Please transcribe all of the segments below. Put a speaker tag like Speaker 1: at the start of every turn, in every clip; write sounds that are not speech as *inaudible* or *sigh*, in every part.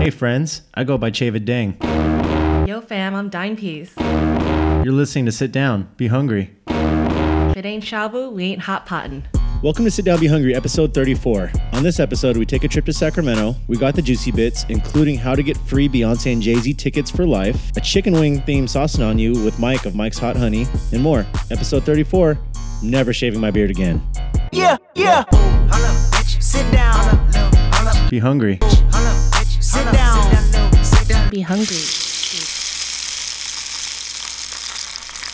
Speaker 1: Hey friends, I go by Chavid Dang.
Speaker 2: Yo, fam, I'm Dine Peas.
Speaker 1: You're listening to Sit Down, Be Hungry.
Speaker 2: If it ain't shabu, we ain't hot potting.
Speaker 1: Welcome to Sit Down, Be Hungry, episode 34. On this episode, we take a trip to Sacramento. We got the juicy bits, including how to get free Beyonce and Jay Z tickets for life, a chicken wing themed saucing on you with Mike of Mike's Hot Honey, and more. Episode 34 Never Shaving My Beard Again.
Speaker 3: Yeah, yeah. Sit down.
Speaker 1: Be hungry.
Speaker 3: Sit down.
Speaker 2: Be hungry.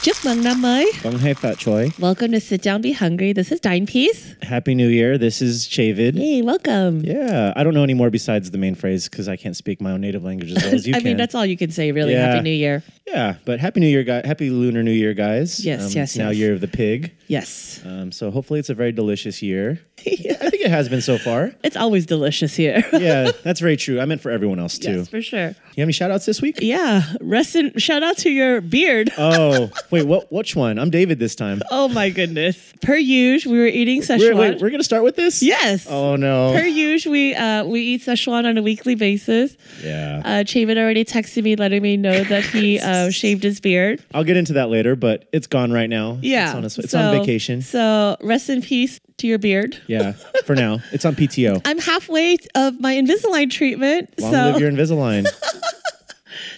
Speaker 2: Chúc mừng năm mới.
Speaker 1: Gong hei fat choy.
Speaker 2: Welcome to Sit Down, Be Hungry. This is Dine Peas.
Speaker 1: Happy New Year. This is Chavid.
Speaker 2: Hey, welcome.
Speaker 1: Yeah, I don't know any more besides the main phrase because I can't speak my own native language as well as you
Speaker 2: *laughs* I
Speaker 1: can.
Speaker 2: mean, that's all you can say, really.
Speaker 1: Yeah.
Speaker 2: Happy New Year.
Speaker 1: Yeah, but happy New Year, guys! Happy Lunar New Year, guys! Um,
Speaker 2: Yes,
Speaker 1: it's
Speaker 2: yes,
Speaker 1: Now
Speaker 2: yes.
Speaker 1: year of the pig.
Speaker 2: Yes.
Speaker 1: Um, so hopefully it's a very delicious
Speaker 2: *laughs*
Speaker 1: year. I think it has been so far.
Speaker 2: It's always delicious here.
Speaker 1: *laughs* Yeah, that's very true. I meant for everyone else too.
Speaker 2: yes, for sure.
Speaker 1: You have any shout outs this week?
Speaker 2: Yeah. Rest in, shout out to your beard.
Speaker 1: Oh, wait, what? Which one? I'm David this time.
Speaker 2: oh, my goodness. Per usual, we were eating
Speaker 1: We're,
Speaker 2: Szechuan.
Speaker 1: wait, we're gonna start with this?
Speaker 2: yes.
Speaker 1: Oh no.
Speaker 2: Per usual, we, uh, we eat Szechuan on a weekly basis.
Speaker 1: yeah.
Speaker 2: Uh, Chavin already texted me letting me know that he uh, shaved his beard.
Speaker 1: I'll get into that later, but it's gone right now.
Speaker 2: Yeah.
Speaker 1: It's on, its- it's
Speaker 2: So-
Speaker 1: on vacation.
Speaker 2: So rest in peace to your beard.
Speaker 1: Yeah. For now, it's on
Speaker 2: *laughs*
Speaker 1: PTO.
Speaker 2: I'm halfway of my Invisalign treatment.
Speaker 1: Long
Speaker 2: so
Speaker 1: live your Invisalign.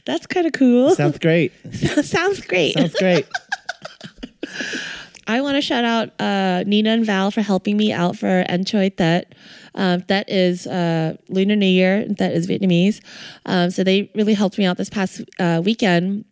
Speaker 2: that's kind of cool.
Speaker 1: Sounds great.
Speaker 2: *laughs* Sounds great.
Speaker 1: Sounds
Speaker 2: *laughs*
Speaker 1: great.
Speaker 2: I want to shout out uh, Nina and Val for helping me out for Enchoy Thet. Um, Thet is uh, Lunar New Year. That is Vietnamese. Um, so they really helped me out this past uh, weekend.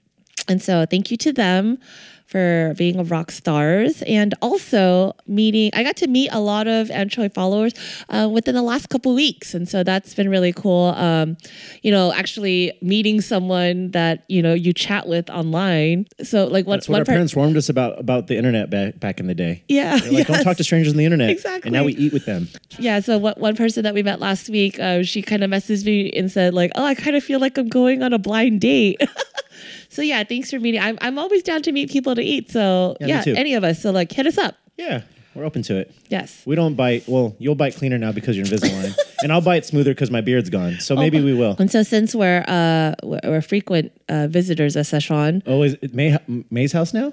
Speaker 2: And so thank you to them for being a rock stars and also meeting. I got to meet a lot of Anchoy followers uh, within the last couple weeks, and so that's been really cool. Um, you know, actually meeting someone that you know you chat with online. So like one
Speaker 1: That's what
Speaker 2: one
Speaker 1: our
Speaker 2: per-
Speaker 1: parents warned us about about the internet back back in the day.
Speaker 2: *laughs* Yeah,
Speaker 1: They're like, don't
Speaker 2: yes.
Speaker 1: talk to strangers on the internet.
Speaker 2: Exactly.
Speaker 1: And now we eat with them.
Speaker 2: Yeah, so what, one person that we met last week, uh, she kind of messaged me and said, like, oh, I kind of feel like I'm going on a blind date. *laughs* so yeah, thanks for meeting. I'm, I'm always down to meet people to eat. So
Speaker 1: me
Speaker 2: yeah,
Speaker 1: too.
Speaker 2: any of us. So like, hit us up.
Speaker 1: Yeah, we're open to it.
Speaker 2: Yes.
Speaker 1: We don't bite. Well, you'll bite cleaner now because you're Invisalign, and I'll bite smoother because my beard's gone. So maybe we
Speaker 2: *laughs*
Speaker 1: will.
Speaker 2: And so since we're uh, we're, we're frequent uh, visitors at Szechuan,
Speaker 1: Oh, is it May, May's house now?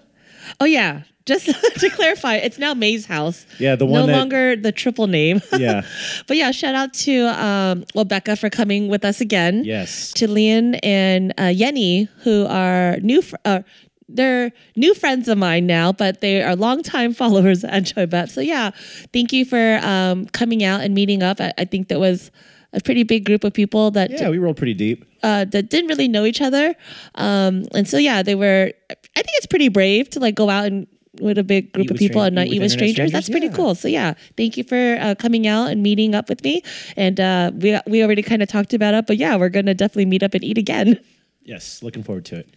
Speaker 2: oh yeah, just *laughs* to clarify, it's now May's house.
Speaker 1: Yeah, the one
Speaker 2: no
Speaker 1: that-
Speaker 2: longer the triple name.
Speaker 1: Yeah.
Speaker 2: but yeah, shout out to um, well Becca for coming with us again.
Speaker 1: Yes.
Speaker 2: to Leon and uh, Yenny, who are new. Fr- uh, they're new friends of mine now, but they are longtime *laughs* followers at Joy Bep. So yeah, thank you for um, coming out and meeting up. I, I think that was a pretty big group of people
Speaker 1: *laughs*
Speaker 2: that
Speaker 1: Yeah, we rolled pretty deep.
Speaker 2: uh, that didn't really know each other, um, and so yeah, they were. I think it's pretty brave to like go out and with a big group
Speaker 1: Eat
Speaker 2: of
Speaker 1: with
Speaker 2: people
Speaker 1: stran-
Speaker 2: and not
Speaker 1: eat with
Speaker 2: eat
Speaker 1: internet
Speaker 2: with strangers. That's
Speaker 1: strangers,
Speaker 2: pretty
Speaker 1: yeah.
Speaker 2: cool. So yeah, thank you for uh, coming out and meeting up with me. And uh, we we already kind of talked about it, but yeah, we're gonna definitely meet up and eat again. *laughs*
Speaker 1: Yes, looking forward to it.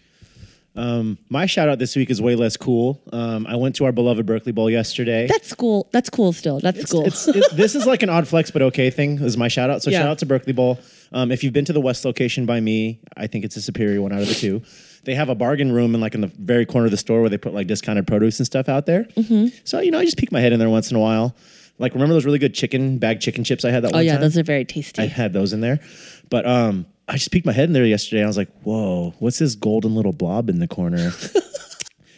Speaker 1: Um, my shout out this week is way less cool. Um, I went to our beloved Berkeley Bowl yesterday.
Speaker 2: That's cool. That's cool. Still, that's cool.
Speaker 1: It's, it, this is like an odd flex, but okay thing is my shout out. So
Speaker 2: Yeah.
Speaker 1: shout out to Berkeley Bowl. Um, if you've been to the West location by me, I think it's a superior one out of the two. They have a bargain room in like in the very corner of the store where they put like discounted produce and stuff out there.
Speaker 2: Mm-hmm.
Speaker 1: So you know, I just peek my head in there once in a while. Like remember those really good chicken bag chicken chips I had that
Speaker 2: *laughs* oh
Speaker 1: one
Speaker 2: yeah,
Speaker 1: time?
Speaker 2: those are very tasty.
Speaker 1: I had those in there. But um, I just peeked my head in there yesterday. And I was like, whoa, what's this golden little blob in the
Speaker 2: *laughs*
Speaker 1: corner?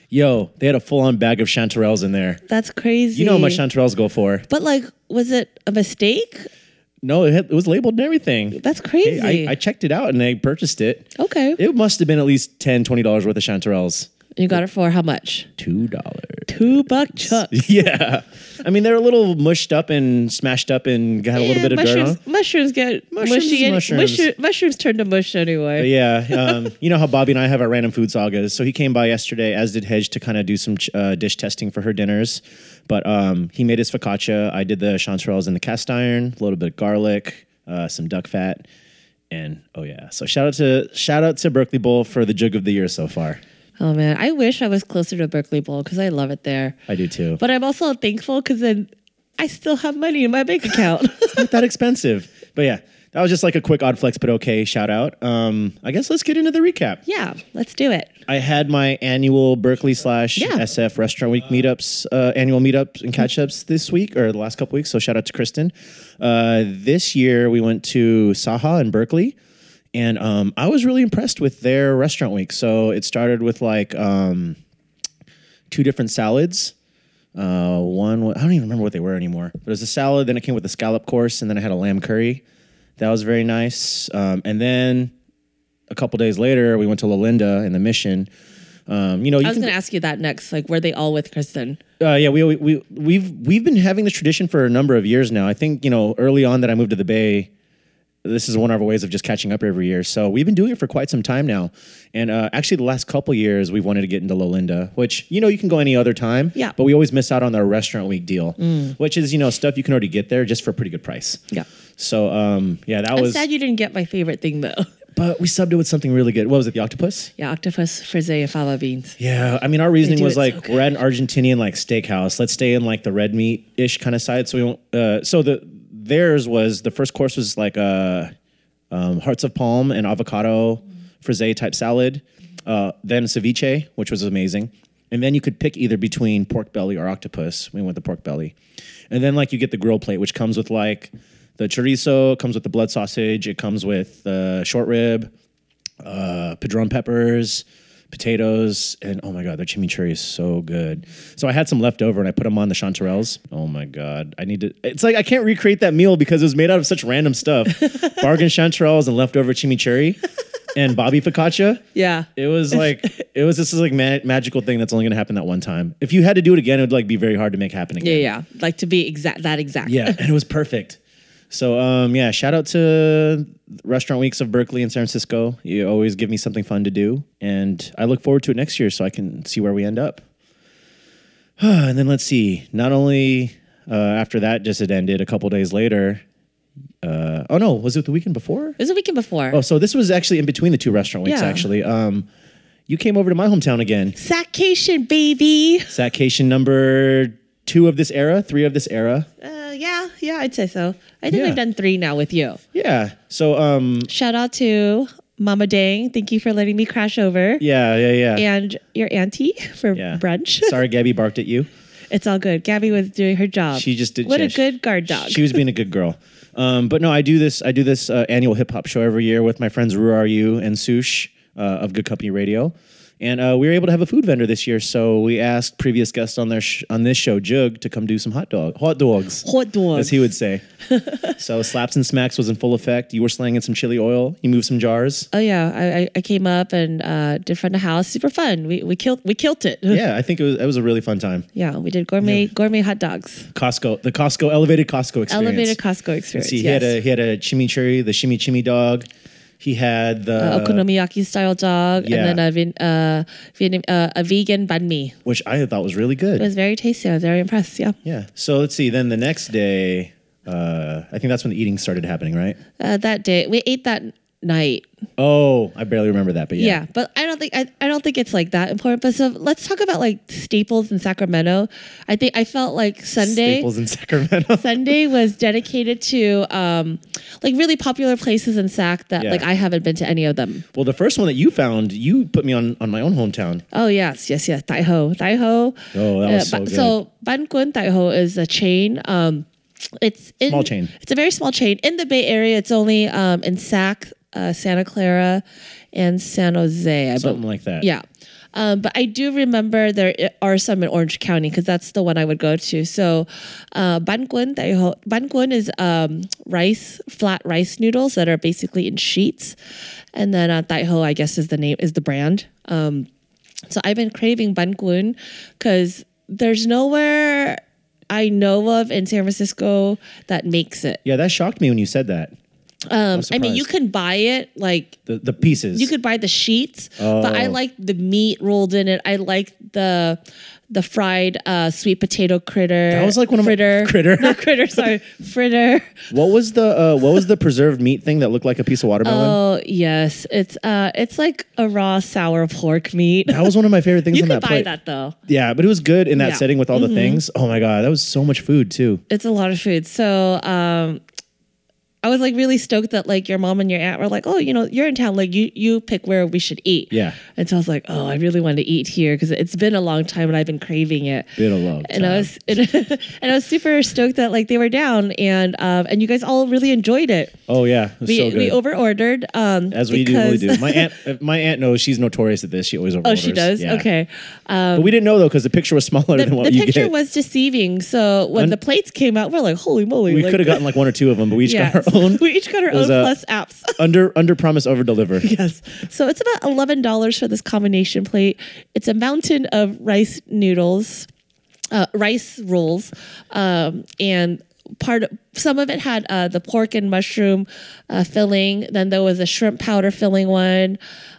Speaker 1: Yo, they had a full on bag of chanterelles in there.
Speaker 2: that's crazy.
Speaker 1: You know how much chanterelles go for.
Speaker 2: But like, was it a mistake?
Speaker 1: No, it, had, it was labeled and everything.
Speaker 2: That's
Speaker 1: Hey,
Speaker 2: crazy. Oh.
Speaker 1: I, I checked it out and I purchased it.
Speaker 2: okay,
Speaker 1: It must have been at least $10, $20 worth of chanterelles.
Speaker 2: you got it for how much?
Speaker 1: $2.
Speaker 2: Two buck chuck.
Speaker 1: *laughs* yeah. I mean, they're a little mushed up and smashed up and got a little
Speaker 2: Yeah,
Speaker 1: bit of dirt on
Speaker 2: mushrooms,
Speaker 1: 'em.
Speaker 2: Mushrooms get
Speaker 1: Mushrooms is
Speaker 2: mushy. and-
Speaker 1: mushrooms.
Speaker 2: mushroom- mushrooms turn to mush anyway.
Speaker 1: Yeah, um, you know how Bobby and I have our random food sagas. So he came by yesterday, as did Hedge, to kind of do some ch- uh, dish testing for her dinners. But um, he made his focaccia. I did the chanterelles in the cast iron, a little bit of garlic, uh, some duck fat, and oh yeah. So shout out to shout out to Berkeley Bowl for the jug of the year so far.
Speaker 2: Oh man, I wish I was closer to Berkeley Bowl because I love it there.
Speaker 1: I do too. But
Speaker 2: But I'm also thankful because then I still have money in my
Speaker 1: *laughs*
Speaker 2: bank account.
Speaker 1: not that expensive. But yeah, that was just like a quick odd flex, but okay. Shout out. Um, I guess let's get into the recap.
Speaker 2: yeah, let's do it.
Speaker 1: I had my annual Berkeley slash
Speaker 2: Yeah.
Speaker 1: SF Restaurant Week meetups, uh, annual meetups and catch ups this week or the last couple weeks. So shout out to Kristen. Uh, this year we went to Saha in Berkeley, And um, I was really impressed with their restaurant week. So it started with like um, two different salads. Uh, one, wa- I don't even remember what they were anymore. But it was a salad, then it came with a scallop course, and then I had a lamb curry. That was very nice. Um, and then a couple days later, we went to La Linda in the Mission. Um, you know, you
Speaker 2: I was
Speaker 1: can,
Speaker 2: going to ask you that next. Like, were they all with Kristen?
Speaker 1: uh, yeah, we, we we we've we've been having this tradition for a number of years now. I think you know early on that I moved to the Bay. This is one of our ways of just catching up every year. So we've been doing it for quite some time now, and uh, actually the last couple years we've wanted to get into Lolinda, which you know you can go any other time.
Speaker 2: Yeah. Mm.
Speaker 1: But we always miss out on their restaurant week deal, which is you know stuff you can already get there just for a pretty good price.
Speaker 2: Yeah.
Speaker 1: So um yeah that
Speaker 2: I'm
Speaker 1: was.
Speaker 2: sad you didn't get my favorite thing though. *laughs*
Speaker 1: but we subbed it with something really good. What was it? The octopus.
Speaker 2: Yeah, octopus, frise, and fava beans.
Speaker 1: Yeah, I mean, our reasoning
Speaker 2: do
Speaker 1: was
Speaker 2: it so
Speaker 1: like we're at an Argentinian like steakhouse. Let's stay in like the red meat ish kind of side. So we won't. Uh, so the theirs was the first course was like uh, um, hearts of palm and avocado frisee type salad. Uh, then ceviche, which was amazing, and then you could pick either between pork belly or octopus. We went the pork belly, and then like you get the grill plate, which comes with like the chorizo, it comes with the blood sausage, it comes with uh, short rib uh, padron peppers, potatoes, and oh my god, their chimichurri is so good. So I had some left over and I put them on the chanterelles. Oh my god, I need to. It's like I can't recreate that meal because it was made out of such random stuff: bargain chanterelles and leftover chimichurri, and Bobby focaccia.
Speaker 2: Yeah.
Speaker 1: It was like it was this is like ma- magical thing that's only gonna happen that one time. If you had to do it again, it would like be very hard to make happen again.
Speaker 2: Yeah, yeah. Like to be exact, that exact.
Speaker 1: Yeah, and it was perfect. So um, yeah, shout out to Restaurant Weeks of Berkeley and San Francisco. You always give me something fun to do, and I look forward to it next year so I can see where we end up. *sighs* and then let's see. Not only uh, after that, just it ended a couple days later. Uh, oh no, was it the weekend before?
Speaker 2: It was the weekend before.
Speaker 1: Oh, so this was actually in between the two restaurant weeks.
Speaker 2: Yeah.
Speaker 1: Actually, um, you came over to my hometown again.
Speaker 2: Sackation, baby.
Speaker 1: Satcation number two of this era, three of this era.
Speaker 2: Uh, yeah, yeah, I'd say so. I think
Speaker 1: Yeah.
Speaker 2: I've done three now with you.
Speaker 1: Yeah. So um,
Speaker 2: Shout out to Mama Dang. Thank you for letting me crash over.
Speaker 1: yeah, yeah, yeah.
Speaker 2: And your auntie for
Speaker 1: Yeah.
Speaker 2: brunch. *laughs*
Speaker 1: Sorry, Gabby barked at you.
Speaker 2: It's all good. Gabby was doing her job.
Speaker 1: She just did.
Speaker 2: What
Speaker 1: yeah,
Speaker 2: a
Speaker 1: she-
Speaker 2: good guard dog.
Speaker 1: She was being a good girl. Um, but no, I do this. I do this uh, annual hip hop show every year with my friends Ruaru and Sush uh, of Good Company Radio, and uh, we were able to have a food vendor this year. So we asked previous guests on their sh- on this show, Jug, to come do some hot dog hot dogs.
Speaker 2: Hot dog.
Speaker 1: As he would
Speaker 2: *laughs*
Speaker 1: say. so slaps and smacks was in full effect. You were slanging some chili oil. You moved some
Speaker 2: *laughs*
Speaker 1: jars.
Speaker 2: Oh yeah, I, I- I came up and uh, did front of house. Super fun. We we killed we killed it.
Speaker 1: Yeah, I think it was, it was a really fun time.
Speaker 2: *laughs* Yeah, we did gourmet gourmet hot dogs.
Speaker 1: Costco, the Costco elevated Costco experience.
Speaker 2: Elevated Costco experience.
Speaker 1: See, he
Speaker 2: yes.
Speaker 1: had a he had a chimichurri, the shimmy chimmy dog. He had the
Speaker 2: A okonomiyaki style dog,
Speaker 1: uh, yeah.
Speaker 2: and then a vin, uh, Vietnam, uh, a vegan banh mi.
Speaker 1: which I thought was really good.
Speaker 2: It was very tasty. I was very impressed. Yeah,
Speaker 1: yeah. So let's see. Then the next day, uh, I think that's when the eating started happening, right?
Speaker 2: uh, that day we ate that night.
Speaker 1: Oh, I barely remember that, but yeah.
Speaker 2: Yeah, but I don't think I, I don't think it's like that important. But so let's talk about like staples in Sacramento. I think I felt like Sunday.
Speaker 1: Staples in *laughs* Sacramento.
Speaker 2: Sunday was dedicated to um, like really popular places in Sac that
Speaker 1: Yeah.
Speaker 2: like I haven't been to any of them.
Speaker 1: well, the first one that you found, you put me on on my own hometown.
Speaker 2: Oh yes, yes, yes. Daiho, Daiho.
Speaker 1: Oh, that was so
Speaker 2: ba-
Speaker 1: good.
Speaker 2: So Bankun Daiho is a chain. Um, it's in,
Speaker 1: Small chain.
Speaker 2: It's a very small chain in the Bay Area. It's only um, in Sac, uh, Santa Clara, and San Jose. I
Speaker 1: Something
Speaker 2: bel-
Speaker 1: like that.
Speaker 2: Yeah. Um, but I do remember there i- are some in Orange County because that's the one I would go to. So, uh, bangun, daiho- bangun is um, rice, flat rice noodles that are basically in sheets, and then uh, daiho, I guess, is the name is the brand. Um, so I've been craving bangun because there's nowhere I know of in San Francisco that makes it.
Speaker 1: Yeah, that shocked me when you said that.
Speaker 2: Um, I mean,
Speaker 1: surprised.
Speaker 2: you can buy it like
Speaker 1: The the pieces.
Speaker 2: you could buy the sheets, but I
Speaker 1: Oh.
Speaker 2: like the meat rolled in it. I like the the fried uh, sweet potato critter.
Speaker 1: That was like one of my-
Speaker 2: fritter
Speaker 1: *laughs* Critter.
Speaker 2: No critter, sorry, fritter.
Speaker 1: *laughs* What was the uh, what was the preserved meat thing that looked like a piece of watermelon?
Speaker 2: *laughs* Oh yes, it's uh, it's like a raw sour pork meat.
Speaker 1: that was one of my favorite things
Speaker 2: You
Speaker 1: on
Speaker 2: could
Speaker 1: that
Speaker 2: buy
Speaker 1: plate.
Speaker 2: that though.
Speaker 1: Yeah, but it was good in that
Speaker 2: Yeah. Mm-hmm.
Speaker 1: setting with all the things. Oh my god, that was so much food too.
Speaker 2: It's a lot of food. So um, I was like really stoked that like your mom and your aunt were like, oh, you know, you're in town, like you you pick where we should eat.
Speaker 1: Yeah.
Speaker 2: And so I was like, oh, I really want to eat here because it's been a long time and I've been craving it.
Speaker 1: Been a long
Speaker 2: And I
Speaker 1: time.
Speaker 2: was *laughs* and, and I was super stoked that like they were down and um and you guys all really enjoyed it.
Speaker 1: Oh yeah, it was
Speaker 2: We
Speaker 1: so good.
Speaker 2: we over ordered um
Speaker 1: As we
Speaker 2: because-
Speaker 1: usually do.
Speaker 2: *laughs*
Speaker 1: My aunt, uh, my aunt knows she's notorious at this. She always overorders.
Speaker 2: Oh, she does.
Speaker 1: Yeah. *laughs*
Speaker 2: Okay. Um,
Speaker 1: But we didn't know though because the picture was *laughs* smaller
Speaker 2: the,
Speaker 1: than what
Speaker 2: the
Speaker 1: you
Speaker 2: picture
Speaker 1: get.
Speaker 2: was deceiving. So when
Speaker 1: Un-
Speaker 2: the plates came out, we're like, "Holy moly!"
Speaker 1: we
Speaker 2: like-
Speaker 1: could have gotten like one or two of them, but we each
Speaker 2: Yeah. *laughs*
Speaker 1: got our own.
Speaker 2: we each got our
Speaker 1: It
Speaker 2: own
Speaker 1: was, uh,
Speaker 2: plus apps.
Speaker 1: under under promise over
Speaker 2: *laughs*
Speaker 1: deliver.
Speaker 2: yes. So it's about eleven dollars for this combination plate. It's a mountain of rice noodles, uh, rice rolls, um, and part of, some of it had uh, the pork and mushroom uh, filling. Then there was a shrimp powder filling one.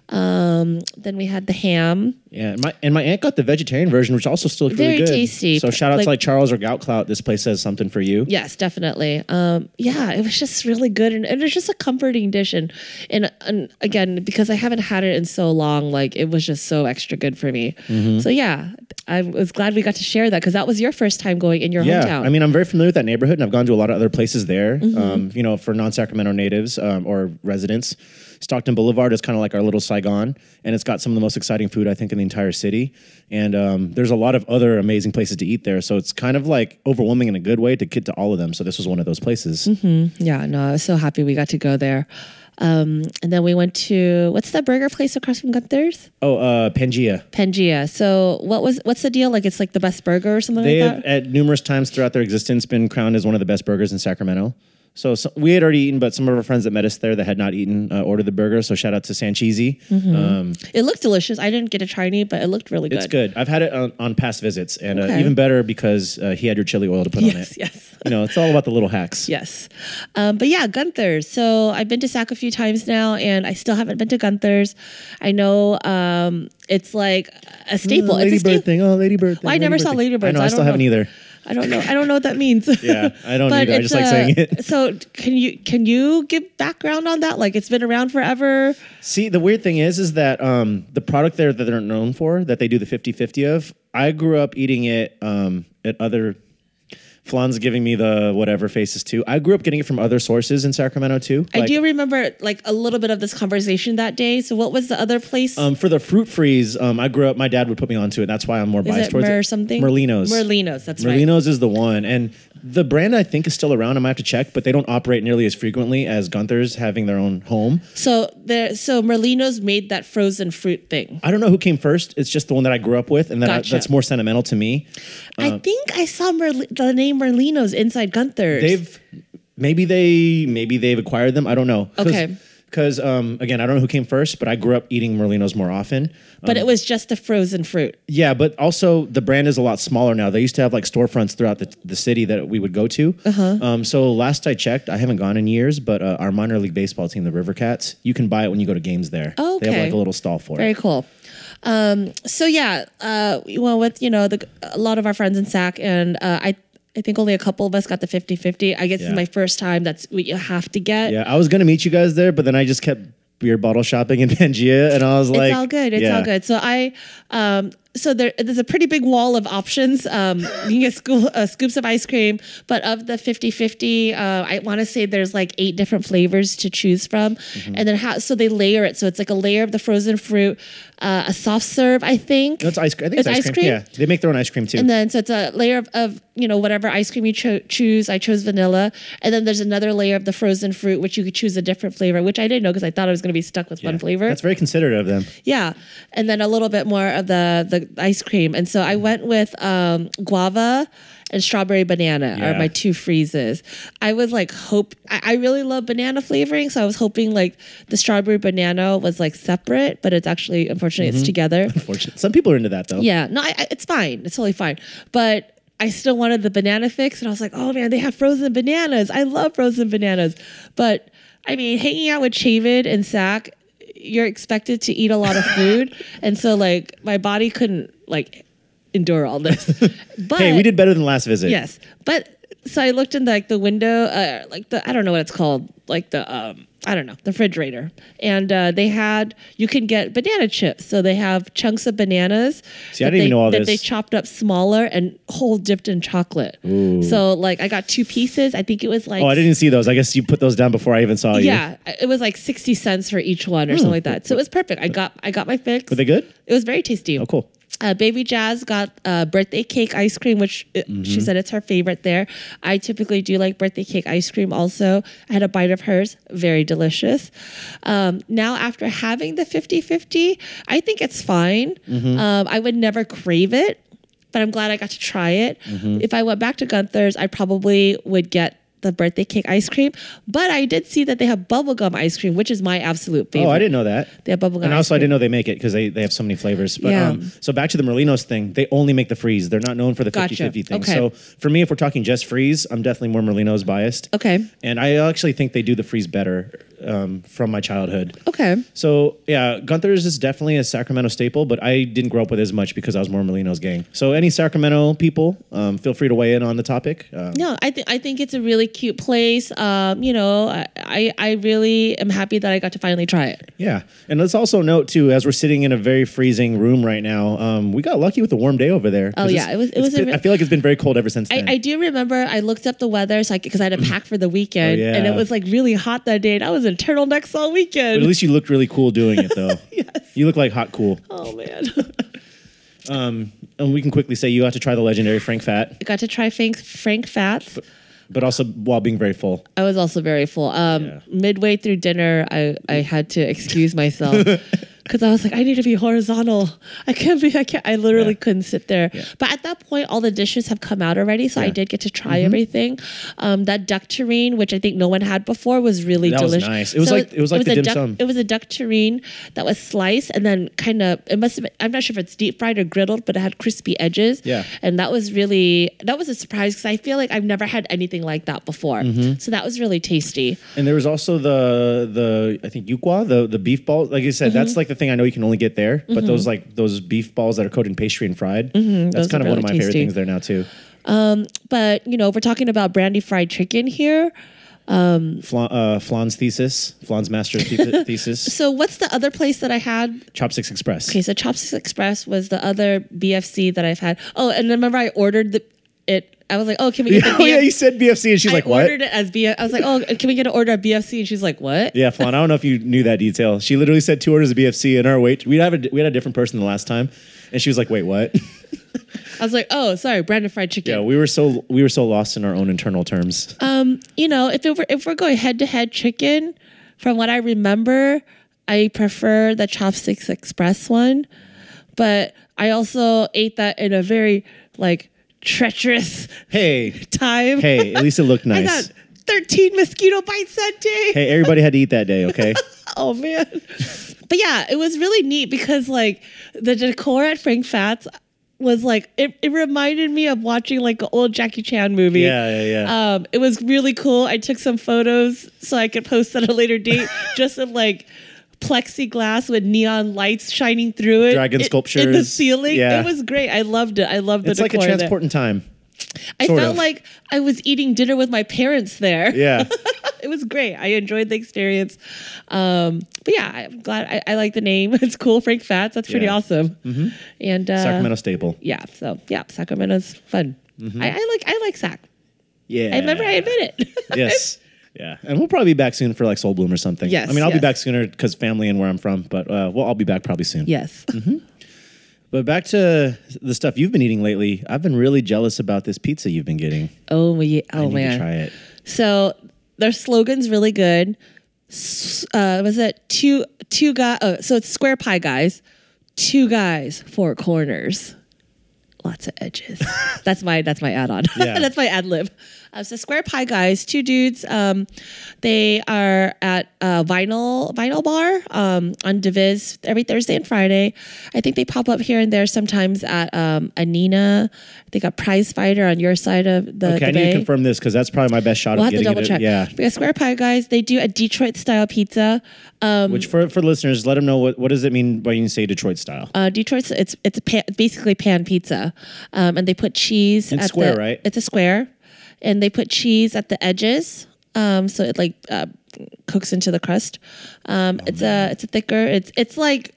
Speaker 2: Um, then we had the ham.
Speaker 1: Yeah, and my and my aunt got the vegetarian version, which also still looked really
Speaker 2: Very
Speaker 1: good.
Speaker 2: tasty.
Speaker 1: So shout out
Speaker 2: Like-
Speaker 1: to like Charles or Goutclout. This place has something for you.
Speaker 2: Yes, definitely. Um, yeah, it was just really good, and, and it was just a comforting dish. And, and and again, because I haven't had it in so long, like it was just so extra good for me.
Speaker 1: Mm-hmm.
Speaker 2: So yeah, I was glad we got to share that because that was your first time going in your
Speaker 1: Yeah,
Speaker 2: hometown.
Speaker 1: I mean, I'm very familiar with that neighborhood, and I've gone to a lot of other places there. Um, you know, for non-Sacramento natives um, or residents, Stockton Boulevard is kind of like our little Saigon, and it's got some of the most exciting food I think in the entire city. And um, there's a lot of other amazing places to eat there, so it's kind of like overwhelming in a good way to get to all of them. So this was one of those places.
Speaker 2: yeah, no, I was so happy we got to go there. Um, and then we went to what's that burger place across from Gunther's?
Speaker 1: Oh, uh, Pangea.
Speaker 2: Pangea. So what was what's the deal? Like it's like the best burger or something
Speaker 1: They
Speaker 2: like
Speaker 1: have
Speaker 2: that.
Speaker 1: at numerous times throughout their existence been crowned as one of the best burgers in Sacramento. So, so- we had already eaten, but some of our friends that met us there that had not eaten uh, ordered the burger. So shout out to Sancheesy. Um,
Speaker 2: It looked delicious. I didn't get to try any, but it looked really good.
Speaker 1: it's good. I've had it on, on past visits, and uh,
Speaker 2: Okay.
Speaker 1: even better because uh, he had your chili oil to put on
Speaker 2: *laughs* Yes,
Speaker 1: it.
Speaker 2: yes.
Speaker 1: You know, it's all about the little hacks.
Speaker 2: Yes. Um, but yeah, Gunther's. So I've been to SAC a few times now and I still haven't been to Gunther's. I know um, it's like a
Speaker 1: Oh,
Speaker 2: staple.
Speaker 1: Lady
Speaker 2: it's a
Speaker 1: Bird
Speaker 2: staple.
Speaker 1: thing. Oh, Lady Bird thing.
Speaker 2: I never
Speaker 1: Lady
Speaker 2: saw
Speaker 1: Bird
Speaker 2: Lady
Speaker 1: thing.
Speaker 2: Bird,
Speaker 1: I know.
Speaker 2: so
Speaker 1: I
Speaker 2: I
Speaker 1: still
Speaker 2: don't
Speaker 1: haven't *laughs*
Speaker 2: know.
Speaker 1: either.
Speaker 2: I don't know. I don't know what that means.
Speaker 1: *laughs* Yeah, I
Speaker 2: *laughs*
Speaker 1: don't either. I
Speaker 2: it's
Speaker 1: just
Speaker 2: uh,
Speaker 1: like saying
Speaker 2: a-
Speaker 1: it.
Speaker 2: So can you can you give background on that? Like it's been around forever.
Speaker 1: See, the weird thing is, is that um, the product there that they're known for, that they do the 50-50 of, I grew up eating it um, at other... Flan's giving me the whatever faces too. I grew up getting it from other sources in Sacramento too.
Speaker 2: I
Speaker 1: Like,
Speaker 2: do remember like a little bit of this conversation that day. So what was the other place?
Speaker 1: Um, for the fruit freeze, um, I grew up. My dad would put me onto it. That's why I'm more
Speaker 2: Is
Speaker 1: biased
Speaker 2: it
Speaker 1: towards
Speaker 2: Mer
Speaker 1: it.
Speaker 2: something?
Speaker 1: Merlino's.
Speaker 2: Merlino's. That's right.
Speaker 1: Merlino's is the one, and the brand I think is still around. I might have to check, but they don't operate nearly as frequently as Gunther's having their own home.
Speaker 2: So there. So Merlino's made that frozen fruit thing.
Speaker 1: I don't know who came first. It's just the one that I grew up with, and that I-
Speaker 2: Gotcha.
Speaker 1: that's more sentimental to me. Uh,
Speaker 2: I think I saw Merli- the name Merlino's inside Gunther's.
Speaker 1: They've maybe they maybe they've acquired them. I don't know.
Speaker 2: Okay.
Speaker 1: Because um, again, I don't know who came first, but I grew up eating Merlino's more often.
Speaker 2: but it was just the frozen fruit.
Speaker 1: Yeah, but also the brand is a lot smaller now. They used to have like storefronts throughout the, the city that we would go to. Uh-huh. Um, so last I checked, I haven't gone in years, but uh, our minor league baseball team, the River Cats, you can buy it when you go to games there.
Speaker 2: Oh,
Speaker 1: They have
Speaker 2: okay.
Speaker 1: like a little stall for
Speaker 2: Very
Speaker 1: it.
Speaker 2: cool. Um, so yeah, uh, we went with you know the, a lot of our friends in SAC, and uh, I I think only a couple of us got the 50-50. I guess this
Speaker 1: Yeah.
Speaker 2: is my first time. That's what you have to get.
Speaker 1: Yeah, I was gonna meet you guys there, but then I just kept beer bottle shopping in *laughs* Pangea, and I was like,
Speaker 2: it's all good. It's
Speaker 1: yeah.
Speaker 2: all good. So I, um, so there, there's a pretty big wall of options. Um, you can get scoop, uh, scoops of ice cream, but of the 50-50, uh, I want to say there's like eight different flavors to choose from,
Speaker 1: Mm-hmm.
Speaker 2: and then how, so they layer it. So it's like a layer of the frozen fruit, uh, a soft serve, I think.
Speaker 1: No, it's ice. I think it's, ice, cream. Yeah, they make their own ice cream too.
Speaker 2: And then so it's a layer of, of you know whatever ice cream you cho- choose. I chose vanilla, and then there's another layer of the frozen fruit, which you could choose a different flavor, which I didn't know because I thought I was going to be stuck with one
Speaker 1: Yeah.
Speaker 2: flavor.
Speaker 1: That's very considerate of them.
Speaker 2: Yeah, and then a little bit more of the the ice cream. And so I went with um, guava and strawberry banana are
Speaker 1: Yeah.
Speaker 2: my two freezes. I was like hope I, I really love banana flavoring, so I was hoping like the strawberry banana was like separate, but it's actually unfortunately it's together.
Speaker 1: Fortunate. Some people are into that though.
Speaker 2: yeah, no, I, I- it's fine, it's totally fine, but. I still wanted the banana fix, and I was like, "Oh man, they have frozen bananas! I love frozen bananas." But I mean, hanging out with Chavin and Sack, you're expected to eat a lot of food, and so like my body couldn't like endure all this. But
Speaker 1: Hey, we did better than last visit.
Speaker 2: yes, but so I looked in like the window, uh, like the I don't know what it's called, like the um I don't know the refrigerator, and uh, they had you can get banana chips. So they have chunks of bananas.
Speaker 1: See, I didn't
Speaker 2: that they,
Speaker 1: even know all
Speaker 2: that
Speaker 1: this.
Speaker 2: they chopped up smaller and whole dipped in chocolate. So like I got two pieces. I think it was like
Speaker 1: Oh, I didn't see those. I guess you put those down before I even saw you.
Speaker 2: yeah, it was like sixty cents for each one or something like that. So it was perfect. I got I got my fix.
Speaker 1: Hmm. Were they good?
Speaker 2: It was very tasty.
Speaker 1: Oh, cool.
Speaker 2: Uh, Baby Jazz got uh, birthday cake ice cream, which uh
Speaker 1: Mm-hmm.
Speaker 2: she said it's her favorite there. I typically do like birthday cake ice cream also. I had a bite of hers, very delicious. Um, now, after having the 50 50, I think it's fine.
Speaker 1: Mm-hmm.
Speaker 2: Um, I would never crave it, but I'm glad I got to try it.
Speaker 1: Mm-hmm.
Speaker 2: If I went back to Gunther's, I probably would get the birthday cake ice cream, but I did see that they have bubblegum ice cream, which is my absolute favorite.
Speaker 1: Oh, I didn't know that.
Speaker 2: They have bubblegum
Speaker 1: And
Speaker 2: ice
Speaker 1: also, I
Speaker 2: cream.
Speaker 1: didn't know they make it because they, they have so many flavors. But
Speaker 2: Yeah.
Speaker 1: um, so back to the Merlinos thing, they only make the freeze. They're not known for the 50
Speaker 2: Gotcha.
Speaker 1: 50 thing.
Speaker 2: Okay.
Speaker 1: So for me, if we're talking just freeze, I'm definitely more Merlinos biased.
Speaker 2: Okay.
Speaker 1: And I actually think they do the freeze better um, from my childhood.
Speaker 2: Okay.
Speaker 1: So yeah, Gunther's is definitely a Sacramento staple, but I didn't grow up with it as much because I was more Merlino's gang. So any Sacramento people, um, feel free to weigh in on the topic. Um,
Speaker 2: No, I think I think it's a really cute place. Um, you know, I, I I really am happy that I got to finally try it.
Speaker 1: yeah, and let's also note too, as we're sitting in a very freezing room right now, um, we got lucky with the warm day over there.
Speaker 2: Oh,
Speaker 1: 'Cause
Speaker 2: yeah,
Speaker 1: it's-
Speaker 2: it was- it
Speaker 1: it's
Speaker 2: was a
Speaker 1: been-
Speaker 2: re-
Speaker 1: I feel like it's been very cold ever since
Speaker 2: I,
Speaker 1: then.
Speaker 2: I do remember I looked up the weather so because I had to pack for the weekend,
Speaker 1: Oh, yeah.
Speaker 2: and it was like really hot that day, and I was in turtlenecks all
Speaker 1: but
Speaker 2: weekend.
Speaker 1: at least you looked really cool doing it
Speaker 2: *laughs*
Speaker 1: though. yes. You look like hot cool.
Speaker 2: oh man, *laughs*
Speaker 1: And we can quickly say you got to try the legendary Frank Fat,
Speaker 2: I got to try Frank Frank Fats.
Speaker 1: but also while being very full.
Speaker 2: I was also very full. Um,
Speaker 1: Yeah.
Speaker 2: Midway through dinner, I I had to excuse
Speaker 1: *laughs*
Speaker 2: myself. Cause I was like, I need to be horizontal. I can't be. I can't. I literally
Speaker 1: Yeah.
Speaker 2: couldn't sit there. But at that point, all the dishes have come out already, so I
Speaker 1: Yeah. Mm-hmm.
Speaker 2: did get to try everything. Um, that duck terrine, which I think no one had before, was really
Speaker 1: That was
Speaker 2: delicious.
Speaker 1: nice. It was like- it was like the
Speaker 2: a
Speaker 1: dim
Speaker 2: duck-
Speaker 1: sum.
Speaker 2: It was a duck terrine that was sliced and then kind of. It must have. Been, I'm not sure if it's deep fried or griddled, but it had crispy edges.
Speaker 1: Yeah.
Speaker 2: And that was really that was a surprise because I feel like I've never had anything like that before.
Speaker 1: Mm-hmm.
Speaker 2: So that was really tasty.
Speaker 1: And there was also the the I think yuqua, the the beef balls. Like I said,
Speaker 2: Mm-hmm.
Speaker 1: that's like the thing I know you can only get there. But those like those beef balls that are coated in pastry and fried. that's
Speaker 2: Mm-hmm. those
Speaker 1: kind
Speaker 2: are
Speaker 1: of one of my
Speaker 2: really
Speaker 1: favorite
Speaker 2: tasty.
Speaker 1: things there now too.
Speaker 2: But you know, we're talking about brandy fried chicken here.
Speaker 1: Flan, uh, Flan's thesis, Flan's
Speaker 2: *laughs*
Speaker 1: master the- thesis,
Speaker 2: So what's the other place that I had?
Speaker 1: Chopsticks Express.
Speaker 2: Okay, so Chopsticks Express was the other BFC that I've had. Oh, and remember I ordered the it. I was like,
Speaker 1: *laughs*
Speaker 2: oh, can we get the
Speaker 1: oh yeah,
Speaker 2: BFC?
Speaker 1: you said BFC, and she's
Speaker 2: I
Speaker 1: like, "What?"
Speaker 2: ordered it as BF. I was like, oh, can we get an order of BFC? And she's like, what?
Speaker 1: Yeah, Flan, I don't know if you knew that detail. She literally said two orders of BFC, and our wait, we had a we had a different person the last time, and she was like, "Wait, *laughs* what?"
Speaker 2: I was like, oh, sorry, branded fried chicken.
Speaker 1: yeah, we were so we were so lost in our own internal terms.
Speaker 2: you know, if it were, if we're going head to head chicken, from what I remember, I prefer the Chopsticks Express one, but I also ate that in a very like treacherous *laughs*
Speaker 1: hey,
Speaker 2: time.
Speaker 1: hey, at least it *laughs* looked
Speaker 2: I
Speaker 1: nice.
Speaker 2: got 13 mosquito bites that day.
Speaker 1: Hey, everybody had to eat that day, okay?
Speaker 2: *laughs* Oh man. But yeah, it was really neat because like the decor at Frank Fats was like it, it reminded me of watching like an old Jackie Chan movie.
Speaker 1: *laughs* Yeah, yeah, yeah.
Speaker 2: Um, it was really cool. I took some photos so I could post at a later
Speaker 1: *laughs*
Speaker 2: date just of like plexiglass with neon lights shining through it.
Speaker 1: Dragon
Speaker 2: in- in the
Speaker 1: sculptures.
Speaker 2: ceiling.
Speaker 1: Yeah.
Speaker 2: It was great. I loved it. I loved the
Speaker 1: it's like a
Speaker 2: decor there.
Speaker 1: transport in *laughs* time.
Speaker 2: I
Speaker 1: sort
Speaker 2: felt
Speaker 1: of.
Speaker 2: like I was eating dinner with my parents there.
Speaker 1: Yeah.
Speaker 2: *laughs* it was great. I enjoyed the experience. Um, but yeah, I'm glad I, I like the name. *laughs* It's cool, Frank Fats. That's pretty
Speaker 1: Yeah. Mm-hmm.
Speaker 2: awesome. And uh,
Speaker 1: Sacramento staple.
Speaker 2: Yeah. So yeah, Sacramento's fun. I, I like I like Sac.
Speaker 1: Yeah.
Speaker 2: I remember I admit it. *laughs*
Speaker 1: Yes. Yeah. And we'll probably be back soon for like Soul Bloom or something.
Speaker 2: Yes,
Speaker 1: I mean, I'll be
Speaker 2: yes.
Speaker 1: back sooner because family and where I'm from, but uh, well, I'll be back probably soon.
Speaker 2: yes.
Speaker 1: But back to the stuff you've been eating lately. I've been really jealous about this pizza you've been getting.
Speaker 2: Oh yeah. Oh
Speaker 1: You need to
Speaker 2: man.
Speaker 1: try it.
Speaker 2: So their slogan's really good. S- Uh, was it two two guys? Oh, so it's square pie guys, two guys, four corners, lots of
Speaker 1: *laughs*
Speaker 2: edges. that's my that's my add on. *laughs*
Speaker 1: Yeah.
Speaker 2: that's my ad lib. Uh, so square pie guys, two dudes. Um, they are at uh, vinyl vinyl bar um, on Deviz every Thursday and Friday. I think they pop up here and there sometimes at um, Anina. They got Prize Fighter on your side of the.
Speaker 1: Okay,
Speaker 2: the
Speaker 1: I need
Speaker 2: bay
Speaker 1: to confirm this because that's probably my best shot
Speaker 2: we'll
Speaker 1: of
Speaker 2: have to
Speaker 1: getting
Speaker 2: double
Speaker 1: it.
Speaker 2: check.
Speaker 1: Yeah.
Speaker 2: Because Square Pie guys, they do a Detroit style pizza. Um,
Speaker 1: Which for, for listeners, let them know what, what does it mean when you say Detroit style.
Speaker 2: uh, Detroit's it's it's a pan, basically pan pizza, um, and they put cheese.
Speaker 1: It's
Speaker 2: at
Speaker 1: square,
Speaker 2: the-
Speaker 1: right?
Speaker 2: It's a square, and they put cheese at the edges, um, so it like uh, cooks into the crust. Um, it's
Speaker 1: Oh,
Speaker 2: a it's a thicker. It's it's like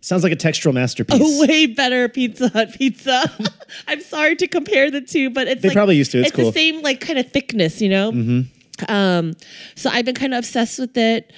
Speaker 1: Sounds like a textural
Speaker 2: *laughs*
Speaker 1: masterpiece.
Speaker 2: a way better Pizza Hut pizza. *laughs* I'm sorry to compare the two, but it's
Speaker 1: They
Speaker 2: like,
Speaker 1: probably used to. It's cool. Mm-hmm.
Speaker 2: the same like kind of thickness, you know. Um, so I've been kind of obsessed with it,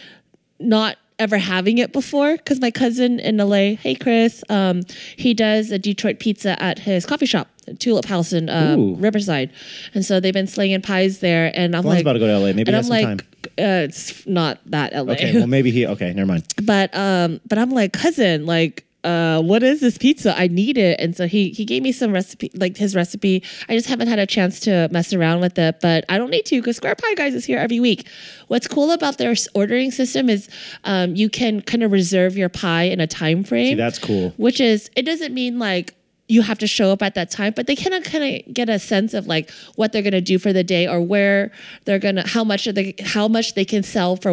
Speaker 2: not ever having it before because my cousin in LA, hey Chris, um, he does a Detroit pizza at his coffee shop, Tulip House in
Speaker 1: Ooh.
Speaker 2: um, Riverside, and so they've been slinging pies there. And I'm
Speaker 1: Juan's
Speaker 2: like,
Speaker 1: about to go to LA. Maybe he
Speaker 2: and
Speaker 1: has
Speaker 2: I'm
Speaker 1: some
Speaker 2: like,
Speaker 1: time.
Speaker 2: Uh, it's not that LA
Speaker 1: Okay, well maybe he. Okay, never mind.
Speaker 2: but um but i'm like cousin like uh what is this pizza i need it and so he he gave me some recipe like his recipe i just haven't had a chance to mess around with it but i don't need to because square pie guys is here every week what's cool about their s- ordering system is um you can kind of reserve your pie in a time frame
Speaker 1: See, that's cool.
Speaker 2: which is it doesn't mean like you have to show up at that time but they kind of kind of get a sense of like what they're going to do for the day or where they're going to how much are they how much they can sell for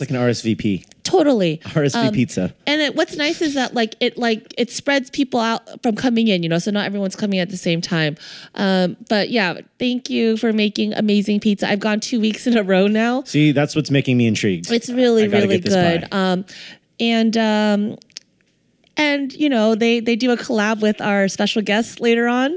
Speaker 1: It's like an RSVP. *laughs*
Speaker 2: totally
Speaker 1: RSV
Speaker 2: Um,
Speaker 1: pizza.
Speaker 2: and it, what's nice is that like it like it spreads people out from coming in, you know, so not everyone's coming at the same time. Um, but yeah, thank you for making amazing pizza. I've gone two weeks in a row now.
Speaker 1: See, that's what's making me intrigued.
Speaker 2: It's really
Speaker 1: I gotta
Speaker 2: really
Speaker 1: get this pie.
Speaker 2: good. Um, and um, and you know they they do a collab with our special guest later on,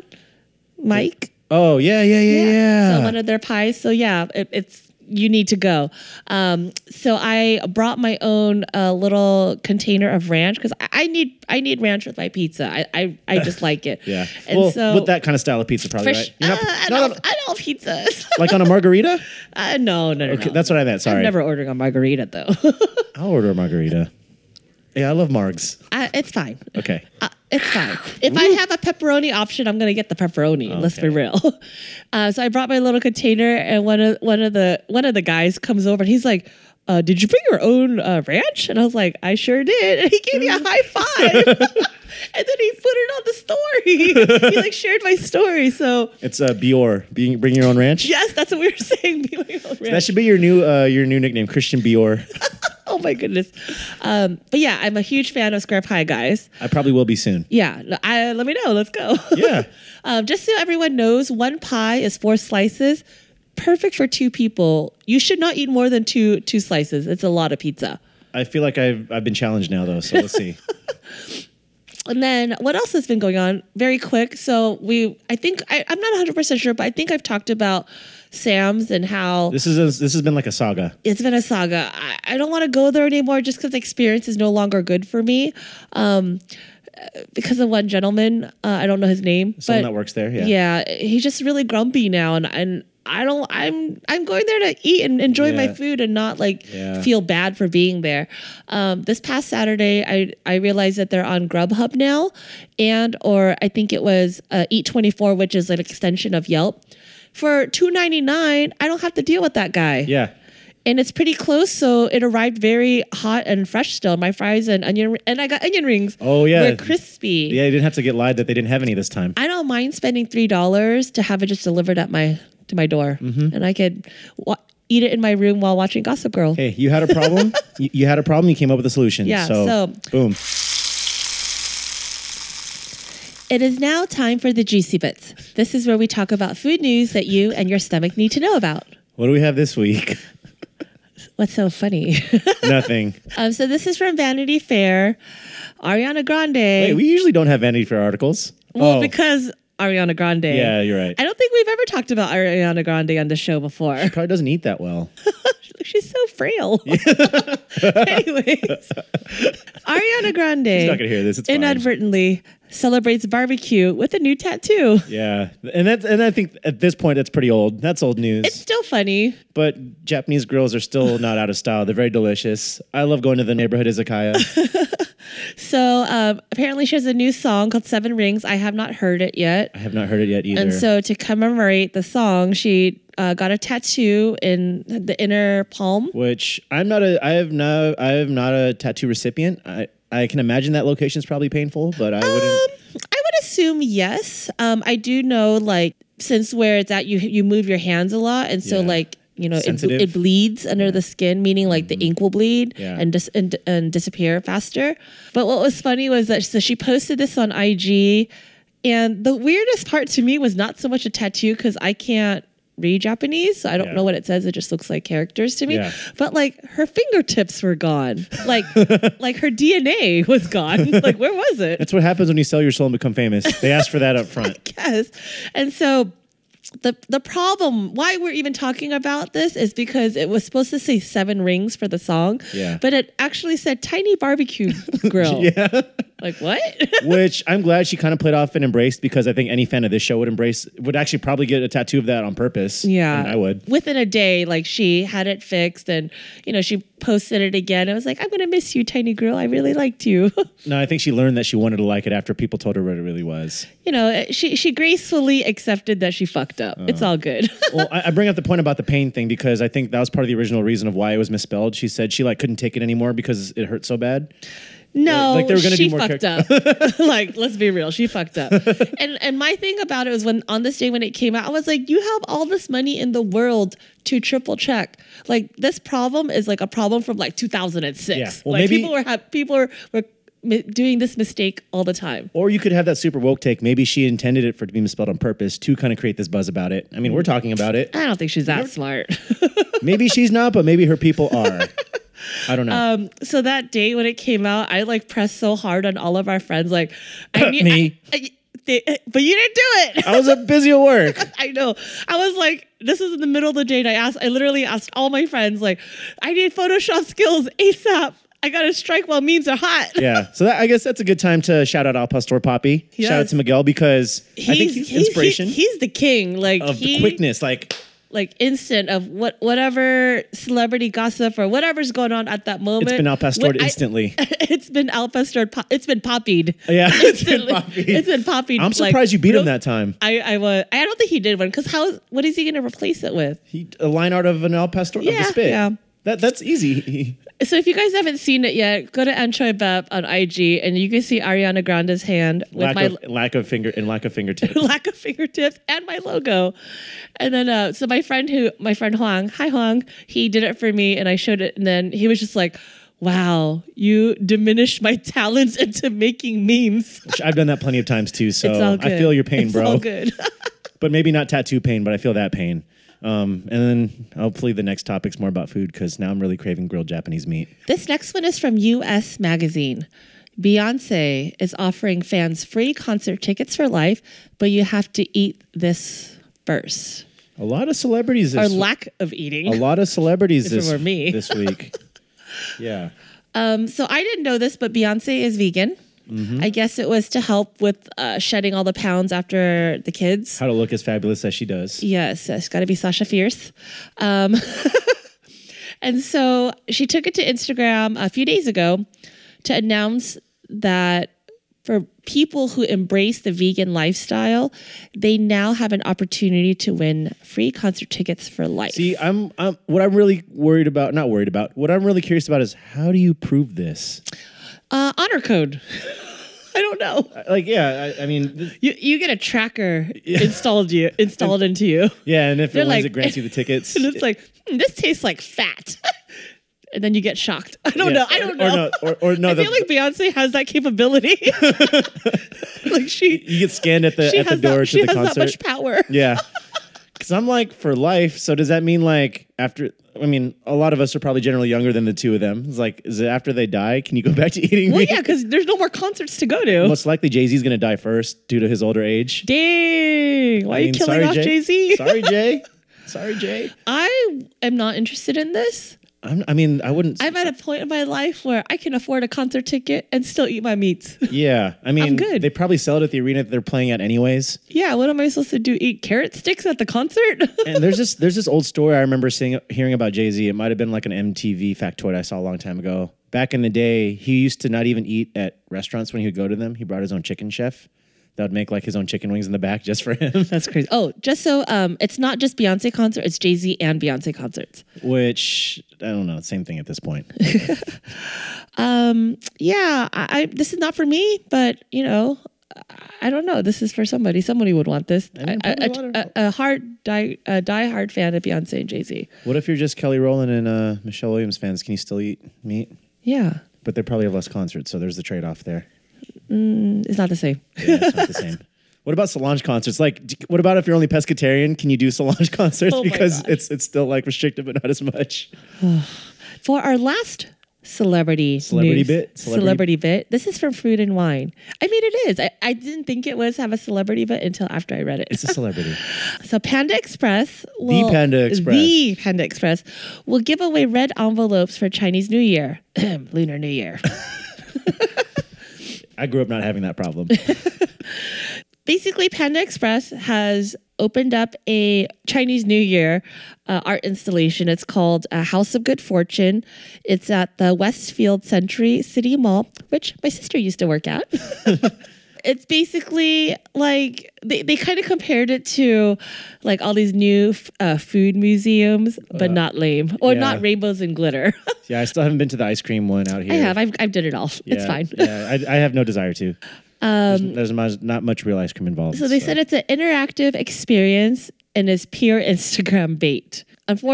Speaker 2: Mike.
Speaker 1: oh yeah, yeah, yeah, yeah.
Speaker 2: So one of their pies. So yeah, it, it's you need to go. Um, so I brought my own uh, little container of ranch because I, I need I need ranch with my pizza. I I,
Speaker 1: *laughs*
Speaker 2: I just like it.
Speaker 1: yeah.
Speaker 2: And
Speaker 1: well,
Speaker 2: so
Speaker 1: with that kind of style of pizza, probably
Speaker 2: for
Speaker 1: right.
Speaker 2: sh-
Speaker 1: You're not-
Speaker 2: uh,
Speaker 1: not
Speaker 2: I don't
Speaker 1: on-
Speaker 2: I don't have pizzas.
Speaker 1: like on a margarita.
Speaker 2: *laughs* uh, no, no, no,
Speaker 1: Okay,
Speaker 2: no.
Speaker 1: that's what I meant. Sorry.
Speaker 2: I'm never ordering a margarita though. *laughs*
Speaker 1: I'll order a margarita. Yeah, I love margs.
Speaker 2: I, it's fine.
Speaker 1: Okay.
Speaker 2: Uh, it's fine. If I have a pepperoni option, I'm gonna get the pepperoni. Let's be
Speaker 1: Okay.
Speaker 2: real. *laughs* Uh, so I brought my little container, and one of one of the one of the guys comes over, and he's like, uh, "Did you bring your own uh, ranch?" And I was like, "I sure did." And he gave me a high five, *laughs* and then he put it on the story. he like shared my story. So
Speaker 1: It's uh, Bior. Being, bring your own ranch.
Speaker 2: yes, that's what we were *laughs* saying. Be my own ranch.
Speaker 1: That should be your new uh, your new nickname, Christian Bior.
Speaker 2: oh my goodness. Um, but yeah, I'm a huge fan of Square Pie guys.
Speaker 1: I probably will be soon.
Speaker 2: Yeah, no, I, let me know. Let's go. *laughs*
Speaker 1: Yeah.
Speaker 2: um, just so everyone knows, one pie is four slices, perfect for two people. You should not eat more than two two slices. It's a lot of pizza.
Speaker 1: I feel like I've I've been challenged now though, so we'll *laughs* see.
Speaker 2: And then what else has been going on? Very quick. So we, I think I, I'm not 100 percent sure, but I think I've talked about Sam's and how
Speaker 1: This is a, this has been like a saga.
Speaker 2: it's been a saga. I, I don't want to go there anymore just because the experience is no longer good for me. Um, uh, because of one gentleman, uh, I don't know his name.
Speaker 1: Someone
Speaker 2: but
Speaker 1: that works there, yeah.
Speaker 2: yeah. he's just really grumpy now, and and I don't. I'm I'm going there to eat and enjoy my
Speaker 1: Yeah.
Speaker 2: food and not like
Speaker 1: Yeah.
Speaker 2: feel bad for being there. Um, this past Saturday, I I realized that they're on Grubhub now, and or I think it was uh, Eat Twenty Four, which is an extension of Yelp. For two ninety nine, I don't have to deal with that guy
Speaker 1: Yeah.
Speaker 2: and it's pretty close. So it arrived very hot and fresh still. My fries and onion, and I got onion rings.
Speaker 1: Oh, yeah.
Speaker 2: were crispy.
Speaker 1: Yeah, you didn't have to get lied that they didn't have any this time.
Speaker 2: I don't mind spending three dollars to have it just delivered at my to my door,
Speaker 1: Mm-hmm.
Speaker 2: and I could wa- eat it in my room while watching Gossip Girl.
Speaker 1: Hey, you had a *laughs* problem. you, you had a problem. You came up with a solution.
Speaker 2: Yeah,
Speaker 1: So,
Speaker 2: so-
Speaker 1: boom.
Speaker 2: It is now time for the juicy bits. This is where we talk about food news that you and your stomach need to know about.
Speaker 1: What do we have this week? *laughs*
Speaker 2: What's so funny? *laughs*
Speaker 1: Nothing.
Speaker 2: um, so this is from Vanity Fair. Ariana Grande.
Speaker 1: Hey, we usually don't have Vanity Fair articles.
Speaker 2: Well,
Speaker 1: oh,
Speaker 2: because Ariana Grande.
Speaker 1: Yeah, you're right.
Speaker 2: I don't think we've ever talked about Ariana Grande on the
Speaker 1: *laughs*
Speaker 2: show before.
Speaker 1: probably doesn't eat that well.
Speaker 2: She's so
Speaker 1: *laughs*
Speaker 2: frail. *laughs* Anyways, Ariana Grande
Speaker 1: She's not gonna hear this. It's fine.
Speaker 2: inadvertently celebrates barbecue with a new tattoo.
Speaker 1: Yeah, and that's and I think at this point that's pretty old. That's old news.
Speaker 2: It's still funny.
Speaker 1: but Japanese grills are still not out of style. They're very delicious. I love going to the neighborhood izakaya.
Speaker 2: So um, apparently, she has a new song called Seven Rings. I have not heard it yet.
Speaker 1: I have not heard it yet either.
Speaker 2: *laughs* And so to commemorate the song, she uh, got a tattoo in the inner palm.
Speaker 1: which I'm not a I have no I am not a tattoo recipient. I I can imagine that location is probably painful, but I wouldn't.
Speaker 2: Um, I would assume yes. Um, I do know like since where it's at, you you move your hands a lot, and so
Speaker 1: Yeah.
Speaker 2: like you know it,
Speaker 1: Sensitive. Mm-hmm.
Speaker 2: it bleeds under the skin, meaning like the ink will bleed
Speaker 1: Yeah.
Speaker 2: and, dis- and and disappear faster. But what was funny was that so she posted this on IG, and the weirdest part to me was not so much a tattoo because I can't read Japanese, so I don't
Speaker 1: Yeah.
Speaker 2: know what it says. It just looks like characters to me.
Speaker 1: Yeah.
Speaker 2: But like her fingertips were gone.
Speaker 1: *laughs*
Speaker 2: Like like her DNA was gone. *laughs* like where was it?
Speaker 1: That's what happens when you sell your soul and become famous. They ask for that up
Speaker 2: *laughs*
Speaker 1: front.
Speaker 2: Yes. And so the the problem why we're even talking about this is because it was supposed to say seven rings for the song,
Speaker 1: Yeah.
Speaker 2: but it actually said
Speaker 1: *laughs*
Speaker 2: tiny barbecue grill.
Speaker 1: Yeah.
Speaker 2: Like
Speaker 1: *laughs*
Speaker 2: what?
Speaker 1: Which I'm glad she kind of played off and embraced because I think any fan of this show would embrace, would actually probably get a tattoo of that on purpose.
Speaker 2: yeah.
Speaker 1: And I would.
Speaker 2: Within a day, like she had it fixed and you know, she posted it again. I was like, I'm gonna miss you, tiny girl. I really liked you. *laughs*
Speaker 1: No, I think she learned that she wanted to like it after people told her what it really was.
Speaker 2: you know, she she gracefully accepted that she fucked up. It's
Speaker 1: Uh.
Speaker 2: all good. *laughs*
Speaker 1: well, I, I bring up the point about the pain thing because I think that was part of the original reason of why it was misspelled. She said she like couldn't take it anymore because it hurt so bad.
Speaker 2: No,
Speaker 1: Like, they were gonna
Speaker 2: she
Speaker 1: do more
Speaker 2: fucked up.
Speaker 1: *laughs*
Speaker 2: *laughs* like, let's be real, she fucked up. and and my thing about it was when on this day when it came out, I was like, you have all this money in the world to triple check. Like this problem is like a problem from like 2006.
Speaker 1: Yeah. Well,
Speaker 2: like
Speaker 1: maybe-
Speaker 2: people were ha- people were, were mi- doing this mistake all the time.
Speaker 1: Or you could have that super woke take. Maybe she intended it for it to be misspelled on purpose to kind of create this buzz about it. I mean, we're talking about it.
Speaker 2: I don't think she's that smart. *laughs*
Speaker 1: Maybe she's not, but maybe her people are. I don't know.
Speaker 2: so that day when it came out, I like pressed so hard on all of our friends, like
Speaker 1: *coughs*
Speaker 2: I need,
Speaker 1: me.
Speaker 2: I- I- they, but you didn't do it.
Speaker 1: I was uh, busy at work.
Speaker 2: I know. I was like, this is in the middle of the day. And I asked, I literally asked all my friends, like, I need Photoshop skills ASAP. I got to strike while memes are hot.
Speaker 1: Yeah. So that, I guess that's a good time to shout out Al Pastor Poppy.
Speaker 2: Yes.
Speaker 1: Shout out to Miguel because I think he's
Speaker 2: he-
Speaker 1: inspiration
Speaker 2: he's the king. Like,
Speaker 1: of
Speaker 2: he,
Speaker 1: the quickness. Like,
Speaker 2: Like, instant of what whatever celebrity gossip or whatever's going on at that moment.
Speaker 1: it's been Al Pastor
Speaker 2: What I-
Speaker 1: instantly.
Speaker 2: *laughs* it's been Al Pastor. Po- it's been poppied.
Speaker 1: yeah. It's been
Speaker 2: Instantly.
Speaker 1: Poppy.
Speaker 2: It's been poppied.
Speaker 1: I'm
Speaker 2: like,
Speaker 1: surprised you beat
Speaker 2: real-
Speaker 1: him that time.
Speaker 2: I, I was. I don't think he did one because how? What is he going to replace it with?
Speaker 1: He, a line art of an El Pastor of
Speaker 2: Yeah,
Speaker 1: the spit.
Speaker 2: yeah.
Speaker 1: That, that's easy. *laughs* He-
Speaker 2: So if you guys haven't seen it yet, go to Anchoy Bep on IG and you can see Ariana Grande's hand with
Speaker 1: lack
Speaker 2: my
Speaker 1: of lack of finger and lack of fingertip.
Speaker 2: *laughs* lack of fingertips and my logo. And then uh, so my friend who my friend Huang, hi Huang, he did it for me and I showed it and then he was just like, Wow, you diminished my talents into making memes. *laughs*
Speaker 1: Which I've done that plenty of times too. So
Speaker 2: It's all good.
Speaker 1: I feel your pain,
Speaker 2: It's
Speaker 1: bro.
Speaker 2: all good. *laughs*
Speaker 1: But maybe not tattoo pain, but I feel that pain. Um, and then hopefully the next topic's more about food because now I'm really craving grilled Japanese meat.
Speaker 2: This next one is from US Magazine. Beyonce is offering fans free concert tickets for life, but you have to eat this first.
Speaker 1: A lot of celebrities
Speaker 2: Or
Speaker 1: this
Speaker 2: lack of eating.
Speaker 1: a lot of celebrities
Speaker 2: it
Speaker 1: this,
Speaker 2: were me.
Speaker 1: this
Speaker 2: *laughs*
Speaker 1: week. yeah.
Speaker 2: Um, so I didn't know this, but Beyonce is vegan. I guess it was to help with uh, shedding all the pounds after the kids.
Speaker 1: How to look as fabulous as she does.
Speaker 2: Yes, it's got to be Sasha Fierce. Um, *laughs* and so she took it to Instagram a few days ago to announce that for people who embrace the vegan lifestyle, they now have an opportunity to win free concert tickets for life.
Speaker 1: See, I'm, I'm what I'm really worried about, not worried about, what I'm really curious about is how do you prove this?
Speaker 2: uh, honor code. *laughs* I don't know.
Speaker 1: Uh, Like, yeah, I, I mean, th-
Speaker 2: You you get a tracker installed you installed into you.
Speaker 1: Yeah, and if it
Speaker 2: They're
Speaker 1: wins,
Speaker 2: like-
Speaker 1: it grants
Speaker 2: *laughs*
Speaker 1: you the tickets. *laughs*
Speaker 2: And it's like, hmm, this tastes like fat. *laughs* and then you get shocked. *laughs* I don't
Speaker 1: Yeah,
Speaker 2: know. I
Speaker 1: or-
Speaker 2: don't
Speaker 1: or
Speaker 2: know.
Speaker 1: no, or- or no,
Speaker 2: I
Speaker 1: the-
Speaker 2: feel like Beyonce has that capability. *laughs* like she
Speaker 1: you get scanned at the
Speaker 2: she
Speaker 1: at the
Speaker 2: has
Speaker 1: door
Speaker 2: that,
Speaker 1: to
Speaker 2: she
Speaker 1: the
Speaker 2: has
Speaker 1: concert.
Speaker 2: that much power.
Speaker 1: *laughs* yeah, because I'm like for life. So does that mean like after? I mean, a lot of us are probably generally younger than the two of them. It's like, is it after they die? Can you go *laughs* back to eating
Speaker 2: Well,
Speaker 1: meat?
Speaker 2: yeah, because there's no more concerts to go to.
Speaker 1: Most likely, Jay Z's gonna die first due to his older age.
Speaker 2: Dang,
Speaker 1: I
Speaker 2: why are you
Speaker 1: mean,
Speaker 2: killing
Speaker 1: sorry,
Speaker 2: off Jay Z? *laughs*
Speaker 1: sorry, Jay. Sorry, Jay.
Speaker 2: I am not interested in this.
Speaker 1: I'm, I mean, I wouldn't.
Speaker 2: I'm at a point in my life where I can afford a concert ticket and still eat my meats. *laughs*
Speaker 1: yeah, I mean,
Speaker 2: good.
Speaker 1: they probably sell it at the arena that they're playing at, anyways.
Speaker 2: yeah, what am I supposed to do? Eat carrot sticks at the concert? *laughs*
Speaker 1: and there's this there's this old story I remember seeing hearing about Jay Z. It might have been like an MTV factoid I saw a long time ago. Back in the day, he used to not even eat at restaurants when he would go to them. He brought his own chicken chef that would make like his own chicken wings in the back just for him.
Speaker 2: *laughs* That's crazy. Oh, just so um, it's not just Beyonce concert; it's Jay Z and Beyonce concerts.
Speaker 1: Which I don't know, same thing at this point.
Speaker 2: Yeah, I, I this is not for me, but you know, I- I don't know. This is for somebody. Somebody would want this.
Speaker 1: mean,
Speaker 2: I- I-
Speaker 1: probably a lot of-
Speaker 2: a, a hard die, a die hard fan of Beyonce and Jay Z.
Speaker 1: What if you're just Kelly Rowland and uh, Michelle Williams fans? Can you still eat meat?
Speaker 2: Yeah,
Speaker 1: But they probably have less concerts, so there's the trade off there.
Speaker 2: it's not the same. *laughs*
Speaker 1: Yeah, it's not the same. What about Solange concerts? Like, d- what about if you're only pescatarian? Can you do Solange *laughs* concerts
Speaker 2: Oh my
Speaker 1: because
Speaker 2: gosh.
Speaker 1: it's it's still like restricted, but not as much.
Speaker 2: For our last celebrity
Speaker 1: Celebrity
Speaker 2: news-
Speaker 1: bit?
Speaker 2: celebrity.
Speaker 1: Celebrity-
Speaker 2: bit. This is from Food and Wine. I mean, it is. I, I didn't think it was have a celebrity bit until after I read it.
Speaker 1: It's a celebrity.
Speaker 2: So Panda Express will
Speaker 1: Panda Express.
Speaker 2: the Panda Express will give away red envelopes for Chinese New Year, *clears throat* Lunar New Year.
Speaker 1: I grew up not having that problem.
Speaker 2: Basically, Panda Express has opened up a Chinese New Year uh, art installation. It's called uh, House of Good Fortune. It's at the Westfield Century City Mall, which my sister used to work
Speaker 1: *laughs*
Speaker 2: at. it's basically like they, they kind of compared it to like all these new f- uh, food museums, but not lame or
Speaker 1: yeah.
Speaker 2: not rainbows and glitter. *laughs*
Speaker 1: yeah, I still haven't been to the ice cream one out here.
Speaker 2: I have, I've, I've done it all.
Speaker 1: Yeah,
Speaker 2: it's fine.
Speaker 1: yeah, I, I have no desire to. Um, there's, there's mu- not much real ice cream involved.
Speaker 2: So they said it's an interactive experience and is pure Instagram bait.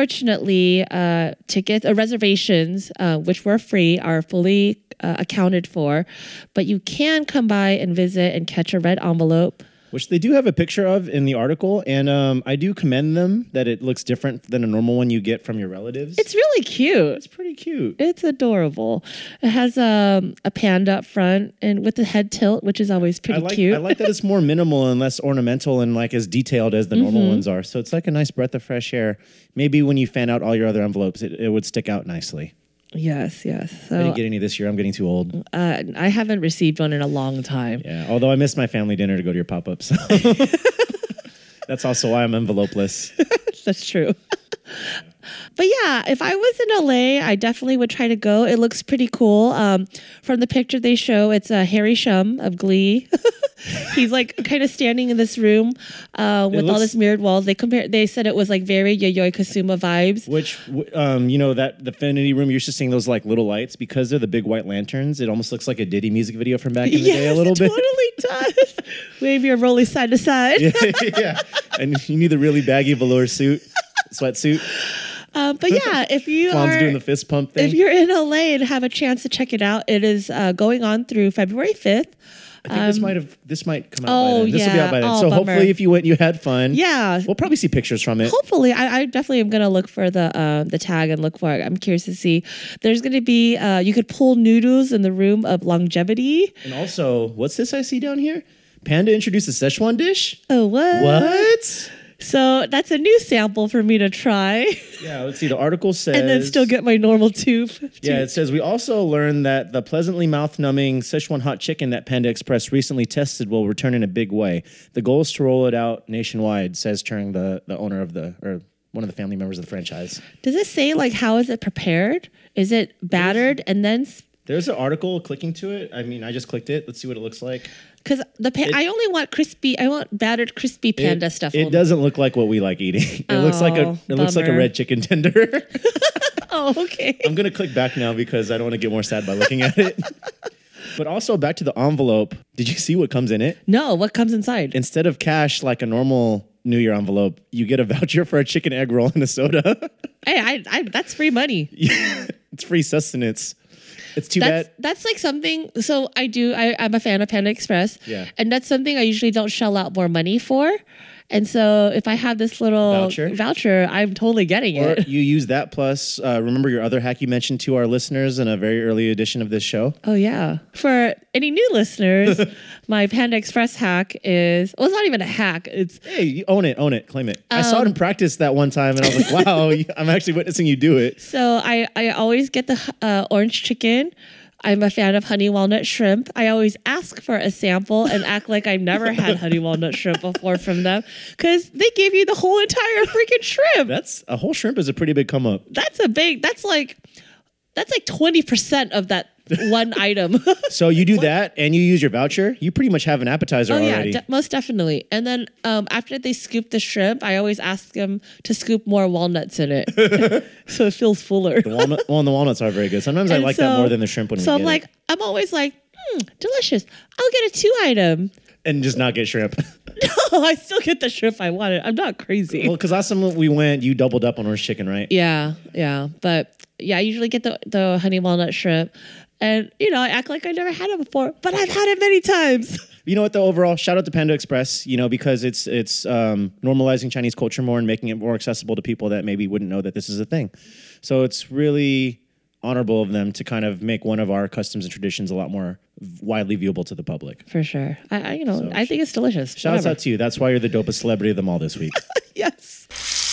Speaker 2: Unfortunately, uh, tickets or reservations, uh, which were free, are fully uh, accounted for, but you can come by and visit and catch a red envelope.
Speaker 1: which they do have a picture of in the article, and um, I do commend them that it looks different than a normal one you get from your relatives.
Speaker 2: It's really cute.
Speaker 1: it's pretty cute.
Speaker 2: It's adorable. It has um, a panda up front and with the head tilt, which is always
Speaker 1: I
Speaker 2: pretty
Speaker 1: like
Speaker 2: cute.
Speaker 1: I like that it's more minimal and less ornamental and like as detailed as the normal
Speaker 2: Mm-hmm.
Speaker 1: ones are. So it's like a nice breath of fresh air. Maybe when you fan out all your other envelopes, it, it would stick out nicely.
Speaker 2: yes, yes.
Speaker 1: I
Speaker 2: So
Speaker 1: didn't get any this year. I'm getting too old.
Speaker 2: uh, I haven't received one in a long time.
Speaker 1: Yeah. Although I missed my family dinner to go to your pop ups. *laughs* That's also why I'm envelopeless.
Speaker 2: *laughs* That's true. but yeah, if I was in LA, I definitely would try to go. It looks pretty cool. Um, from the picture they show, it's uh, Harry Shum of Glee. *laughs* He's like kind of standing in this room uh, with all
Speaker 1: looks-
Speaker 2: this mirrored walls. They compare. They said it was like very Yayoi Kasuma
Speaker 1: *laughs*
Speaker 2: vibes.
Speaker 1: Which, w- um, you know, that the Infinity Room, you're just seeing those like little lights because they're the big white lanterns. It almost looks like a Diddy music video from back in the day a little
Speaker 2: it
Speaker 1: *laughs*
Speaker 2: totally does. Wave your rolly side to side.
Speaker 1: bit. *laughs* yeah. And you need the really baggy velour suit, sweatsuit.
Speaker 2: Um,
Speaker 1: *laughs*
Speaker 2: but yeah, if you
Speaker 1: Mom's
Speaker 2: are
Speaker 1: doing the fist pump thing.
Speaker 2: if you're in LA and have a chance to check it out, it is uh, going on through February fifth.
Speaker 1: I think this might have this might come out by
Speaker 2: oh,
Speaker 1: then. This will be
Speaker 2: yeah.
Speaker 1: out by then.
Speaker 2: Oh,
Speaker 1: so
Speaker 2: bummer.
Speaker 1: hopefully if you went you had fun.
Speaker 2: Yeah,
Speaker 1: We'll probably see pictures from it.
Speaker 2: hopefully I, I definitely am gonna look for the uh, the tag and look for it i'm curious to see there's gonna be uh, you could pull noodles in the room of longevity
Speaker 1: And also, what's this I see down here? Panda introduced a Szechuan dish?
Speaker 2: oh what
Speaker 1: Uh, What?
Speaker 2: so that's a new sample for me to try *laughs*
Speaker 1: Yeah, let's see. The article says
Speaker 2: and then still get my normal tube
Speaker 1: Yeah, it says we also learned that the pleasantly mouth-numbing Szechuan hot chicken that Panda Express recently tested will return in a big way. The goal is to roll it out nationwide, says Turing, the, the owner of the or one of the family members of the franchise.
Speaker 2: does it say like how is it prepared is it battered and then
Speaker 1: There's an article clicking to it. I mean, I just clicked it. Let's see what it looks like.
Speaker 2: because the pa- I only want crispy. I want battered crispy panda
Speaker 1: it,
Speaker 2: stuff.
Speaker 1: It
Speaker 2: only.
Speaker 1: doesn't look like what we like eating. *laughs* It looks like a
Speaker 2: Oh,
Speaker 1: it looks like a
Speaker 2: bummer.
Speaker 1: red chicken tender.
Speaker 2: *laughs*
Speaker 1: *laughs*
Speaker 2: Oh, okay.
Speaker 1: I'm gonna click back now because I don't want to get more sad by looking at it. *laughs* but also back to the envelope. Did you see what comes in it?
Speaker 2: No, what comes inside?
Speaker 1: Instead of cash like a normal New Year envelope, you get a voucher for a chicken egg roll and a soda. *laughs*
Speaker 2: Hey, I, I, that's free money.
Speaker 1: it's free sustenance. It's too
Speaker 2: that's
Speaker 1: bad.
Speaker 2: that's like something. So I do. I, I'm a fan of Panda Express.
Speaker 1: Yeah.
Speaker 2: And that's something I usually don't shell out more money for. And so if I have this little
Speaker 1: Voucher?
Speaker 2: voucher, I'm totally getting
Speaker 1: Or
Speaker 2: it.
Speaker 1: you use that plus uh, remember your other hack you mentioned to our listeners in a very early edition of this show.
Speaker 2: Oh yeah. For any new
Speaker 1: *laughs*
Speaker 2: listeners, my Panda Express hack is well, it's not even a hack. It's
Speaker 1: Hey, you own it, own it, claim it. I saw it
Speaker 2: Um,
Speaker 1: in practice that one time, and I was like, "Wow, *laughs* I'm actually witnessing you do it."
Speaker 2: so I I always get the uh, orange chicken. I'm a fan of honey walnut shrimp. I always ask for a sample and act like I've never had honey walnut shrimp before from them because they give you the whole entire freaking shrimp.
Speaker 1: That's a whole shrimp is a pretty big come up.
Speaker 2: that's a big that's like that's like 20% of that
Speaker 1: *laughs*
Speaker 2: one item *laughs*
Speaker 1: So you do that, and you use your voucher. You pretty much have an appetizer
Speaker 2: oh yeah
Speaker 1: already.
Speaker 2: de- most definitely and then um, after they scoop the shrimp i always ask them to scoop more walnuts in it *laughs*
Speaker 1: *laughs*
Speaker 2: so it feels fuller
Speaker 1: Walnut, well, and the walnuts are very good. Sometimes I
Speaker 2: And
Speaker 1: like
Speaker 2: so-
Speaker 1: that more than the shrimp when
Speaker 2: so
Speaker 1: we
Speaker 2: i'm
Speaker 1: get
Speaker 2: like
Speaker 1: it.
Speaker 2: i'm always like hmm, delicious i'll get a two item *laughs*
Speaker 1: and just not get shrimp.
Speaker 2: oh i still get the shrimp i wanted i'm not crazy
Speaker 1: well, because last time we went, you doubled up on orange chicken, right?
Speaker 2: yeah yeah but yeah i usually get the, the honey walnut shrimp and you know i act like i never had it before but i've had it many times
Speaker 1: You know what? Though overall, shout out to Panda Express. You know because it's it's um, normalizing Chinese culture more and making it more accessible to people that maybe wouldn't know that this is a thing. So it's really honorable of them to kind of make one of our customs and traditions a lot more widely viewable to the public.
Speaker 2: for sure. I, I you know, I think it's delicious.
Speaker 1: Shout
Speaker 2: Whatever.
Speaker 1: out to you. That's why you're the dopest celebrity of them all this week.
Speaker 2: yes.
Speaker 1: *laughs*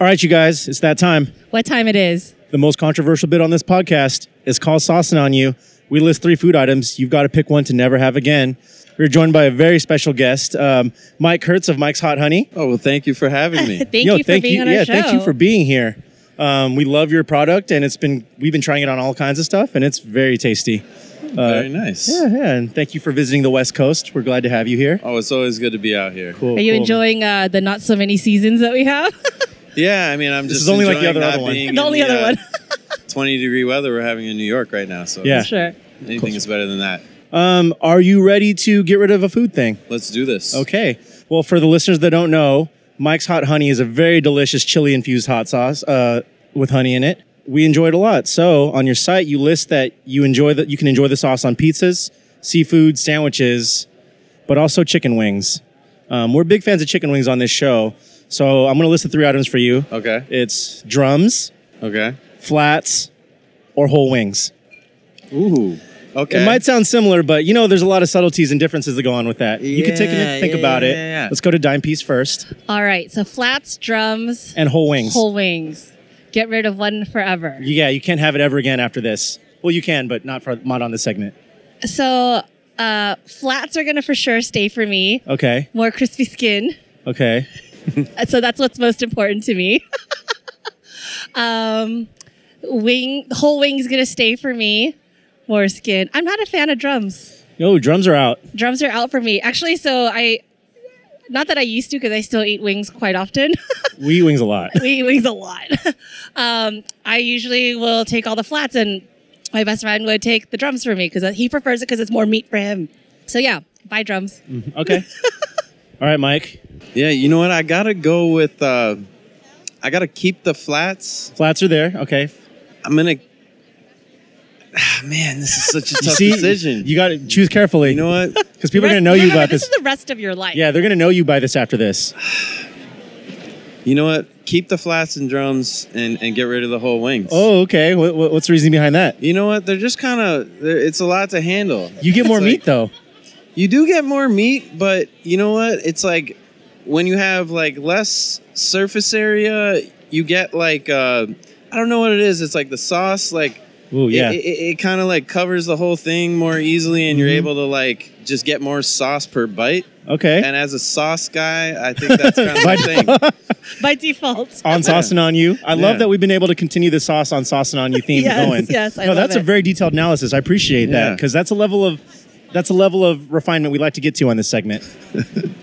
Speaker 1: all right, you guys, it's that time.
Speaker 4: What time it is?
Speaker 1: The most controversial bit on this podcast is called Saucing on You. We list three food items. You've got to pick one to never have again. We're joined by a very special guest, um, Mike Hertz of Mike's Hot Honey.
Speaker 5: Oh well, thank you for having
Speaker 1: *laughs*
Speaker 5: me.
Speaker 4: Thank
Speaker 1: Yo,
Speaker 4: you for being on our
Speaker 1: yeah,
Speaker 4: show.
Speaker 1: thank you for being here. Um, we love your product, and it's been we've been trying it on all kinds of stuff, and it's very tasty.
Speaker 5: Very Uh, nice.
Speaker 1: Yeah, yeah, and thank you for visiting the West Coast. We're glad to have you here.
Speaker 5: Oh, it's always good to be out here.
Speaker 1: Cool,
Speaker 4: Are you
Speaker 1: cool.
Speaker 4: enjoying uh, the not so many seasons that we have? *laughs*
Speaker 5: Yeah, I mean, I'm
Speaker 1: This
Speaker 5: just
Speaker 1: is only like the
Speaker 5: enjoying
Speaker 1: other-
Speaker 5: not
Speaker 1: other one.
Speaker 5: being
Speaker 4: The
Speaker 5: in
Speaker 4: only other
Speaker 5: uh,
Speaker 4: one.
Speaker 5: 20 degree weather we're having in New York right now. So
Speaker 1: Yeah.
Speaker 4: sure.
Speaker 5: anything is better than that.
Speaker 1: Um, are you ready to get rid of a food thing?
Speaker 5: Let's do this.
Speaker 1: Okay. Well, for the listeners that don't know, Mike's Hot Honey is a very delicious chili infused hot sauce uh, with honey in it. We enjoy it a lot. So on your site, you list that you enjoy that you can enjoy the sauce on pizzas, seafood, sandwiches, but also chicken wings. Um, we're big fans of chicken wings on this show, so I'm going to list the three items for you.
Speaker 5: Okay.
Speaker 1: It's drums,
Speaker 5: Okay.
Speaker 1: flats, or whole wings.
Speaker 5: Ooh. Okay.
Speaker 1: It might sound similar, but you know, there's a lot of subtleties and differences that go on with that. you can take a minute to
Speaker 5: Yeah,
Speaker 1: think
Speaker 5: yeah,
Speaker 1: about
Speaker 5: yeah,
Speaker 1: it.
Speaker 5: yeah, yeah.
Speaker 1: Let's go to dime piece first
Speaker 4: All right. So flats, drums,
Speaker 1: and whole wings.
Speaker 4: whole wings. Get rid of one forever.
Speaker 1: yeah, you can't have it ever again after this. Well, you can, but not for not on this segment.
Speaker 4: So uh, flats are gonna for sure stay for me.
Speaker 1: Okay,
Speaker 4: More crispy skin.
Speaker 1: okay.
Speaker 4: Uh, So that's what's most important to me. *laughs* um, wing whole wing's gonna stay for me. More skin. I'm not a fan of drums.
Speaker 1: No, drums are out.
Speaker 4: Drums are out for me. Actually, so I not that I used to because I still eat wings quite often. *laughs*
Speaker 1: We eat wings a lot.
Speaker 4: we eat wings a lot. *laughs* Um, I usually will take all the flats, and my best friend would take the drums for me because he prefers it because it's more meat for him. So yeah, buy drums. *laughs*
Speaker 1: Okay. All right, Mike.
Speaker 5: yeah. You know what? I gotta go with. Uh, I gotta keep the flats.
Speaker 1: Flats are there. Okay.
Speaker 5: I'm gonna. Ah, man, this is such a
Speaker 1: *laughs* You
Speaker 5: tough
Speaker 1: see,
Speaker 5: decision.
Speaker 1: you got to choose carefully.
Speaker 5: you know what?
Speaker 1: because people are
Speaker 4: Rest-
Speaker 1: gonna know
Speaker 4: no,
Speaker 1: you
Speaker 4: no, no,
Speaker 1: about this.
Speaker 4: is the rest of your life.
Speaker 1: yeah, they're gonna know you by this after this.
Speaker 5: You know what? Keep the flats and drums and, and get rid of the whole wings.
Speaker 1: Oh, okay. What, what- what's the reason behind that?
Speaker 5: You know what? They're just kind of. It's a lot to handle.
Speaker 1: You get more
Speaker 5: It's like-
Speaker 1: meat though.
Speaker 5: You do get more meat, but you know what? It's like when you have like less surface area, you get like uh, I don't know what it is. It's like the sauce, like
Speaker 1: Ooh, yeah.
Speaker 5: it, it, it kind of like covers the whole thing more easily, and you're able to like just get more sauce per bite.
Speaker 1: Mm-hmm. okay.
Speaker 5: And as a sauce guy, I think that's kind
Speaker 1: *laughs*
Speaker 5: of the thing.
Speaker 4: by default.
Speaker 1: on sauce and on you. I love
Speaker 5: Yeah.
Speaker 1: that we've been able to continue the sauce on sauce and on you theme
Speaker 4: Yes,
Speaker 1: going.
Speaker 4: yes, I
Speaker 1: no,
Speaker 4: love
Speaker 1: that's a
Speaker 4: it.
Speaker 1: very detailed analysis. I appreciate that
Speaker 5: Yeah.
Speaker 1: because that's a level of that's a level of refinement we like to get to on this
Speaker 4: *laughs*
Speaker 1: segment.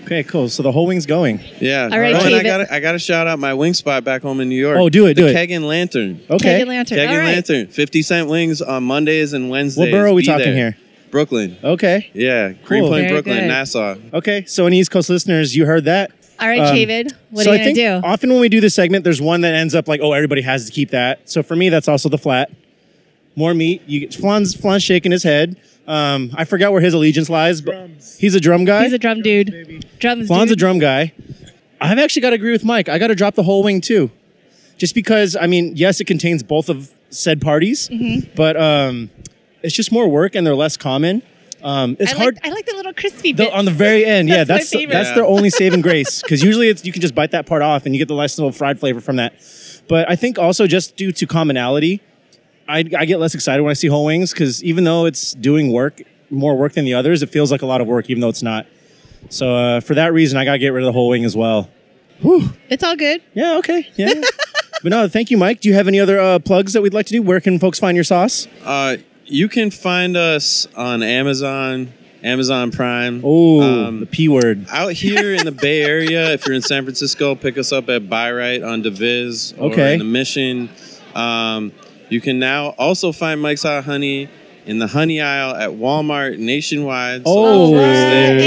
Speaker 1: okay, cool. So the whole wing's going.
Speaker 5: Yeah.
Speaker 4: All right,
Speaker 5: Oh, and I
Speaker 4: Keith.
Speaker 5: got I got to shout out my wing spot back home in New York.
Speaker 1: Oh, do it, do
Speaker 5: the
Speaker 1: it.
Speaker 5: Keg and Lantern.
Speaker 4: Keg
Speaker 1: Okay.
Speaker 4: and lantern.
Speaker 5: Keg
Speaker 4: all
Speaker 5: and
Speaker 4: right.
Speaker 5: Lantern. Fifty cent wings on Mondays and Wednesdays.
Speaker 1: What borough are we
Speaker 5: Be
Speaker 1: talking
Speaker 5: there.
Speaker 1: here?
Speaker 5: Brooklyn.
Speaker 1: Okay.
Speaker 5: Yeah,
Speaker 1: Cool.
Speaker 5: Greenpoint,
Speaker 4: Very
Speaker 5: Brooklyn,
Speaker 4: good.
Speaker 5: Nassau.
Speaker 1: Okay. So any East Coast listeners, you heard that.
Speaker 4: All right,
Speaker 1: Um,
Speaker 4: David. What
Speaker 1: so
Speaker 4: are
Speaker 1: I
Speaker 4: you gonna
Speaker 1: think
Speaker 4: do?
Speaker 1: Often when we do this segment, there's one that ends up like, oh, everybody has to keep that. So for me, that's also the flat. More meat. You get Flan's, Flan's shaking his head. Um, I forgot where his allegiance lies, but he's a drum guy.
Speaker 4: He's a drum dude. Drums.
Speaker 1: Lon's a
Speaker 4: dude.
Speaker 1: drum guy. I've actually got to agree with Mike. I got to drop the whole wing too, just because. I mean, yes, it contains both of said parties,
Speaker 4: Mm-hmm.
Speaker 1: but um, it's just more work and they're less common. Um, it's
Speaker 4: I
Speaker 1: hard
Speaker 4: like, I like the little crispy
Speaker 1: the-
Speaker 4: bit.
Speaker 1: on the very end. Yeah, that's
Speaker 4: That's my
Speaker 1: that's,
Speaker 4: favorite.
Speaker 1: their
Speaker 5: Yeah.
Speaker 1: only
Speaker 5: *laughs*
Speaker 1: saving grace because usually it's you can just bite that part off and you get the last little fried flavor from that. But I think also just due to commonality, I, I get less excited when I see whole wings because even though it's doing work more work than the others, it feels like a lot of work even though it's not. So uh, for that reason, I gotta get rid of the whole wing as well.
Speaker 4: it's all good.
Speaker 1: Yeah. Okay.
Speaker 5: *laughs*
Speaker 1: Yeah. but no, thank you, Mike. Do you have any other uh, plugs that we'd like to do? Where can folks find your sauce?
Speaker 5: Uh, you can find us on Amazon, Amazon Prime.
Speaker 1: Oh, the
Speaker 5: Um,
Speaker 1: P word.
Speaker 5: out here in the Bay Area, if you're in San Francisco, pick us up at Byright on Deviz or
Speaker 1: Okay.
Speaker 5: in the Mission. Um, you can now also find Mike's Hot Honey in the honey aisle at Walmart nationwide. So
Speaker 1: Oh,
Speaker 5: I was there.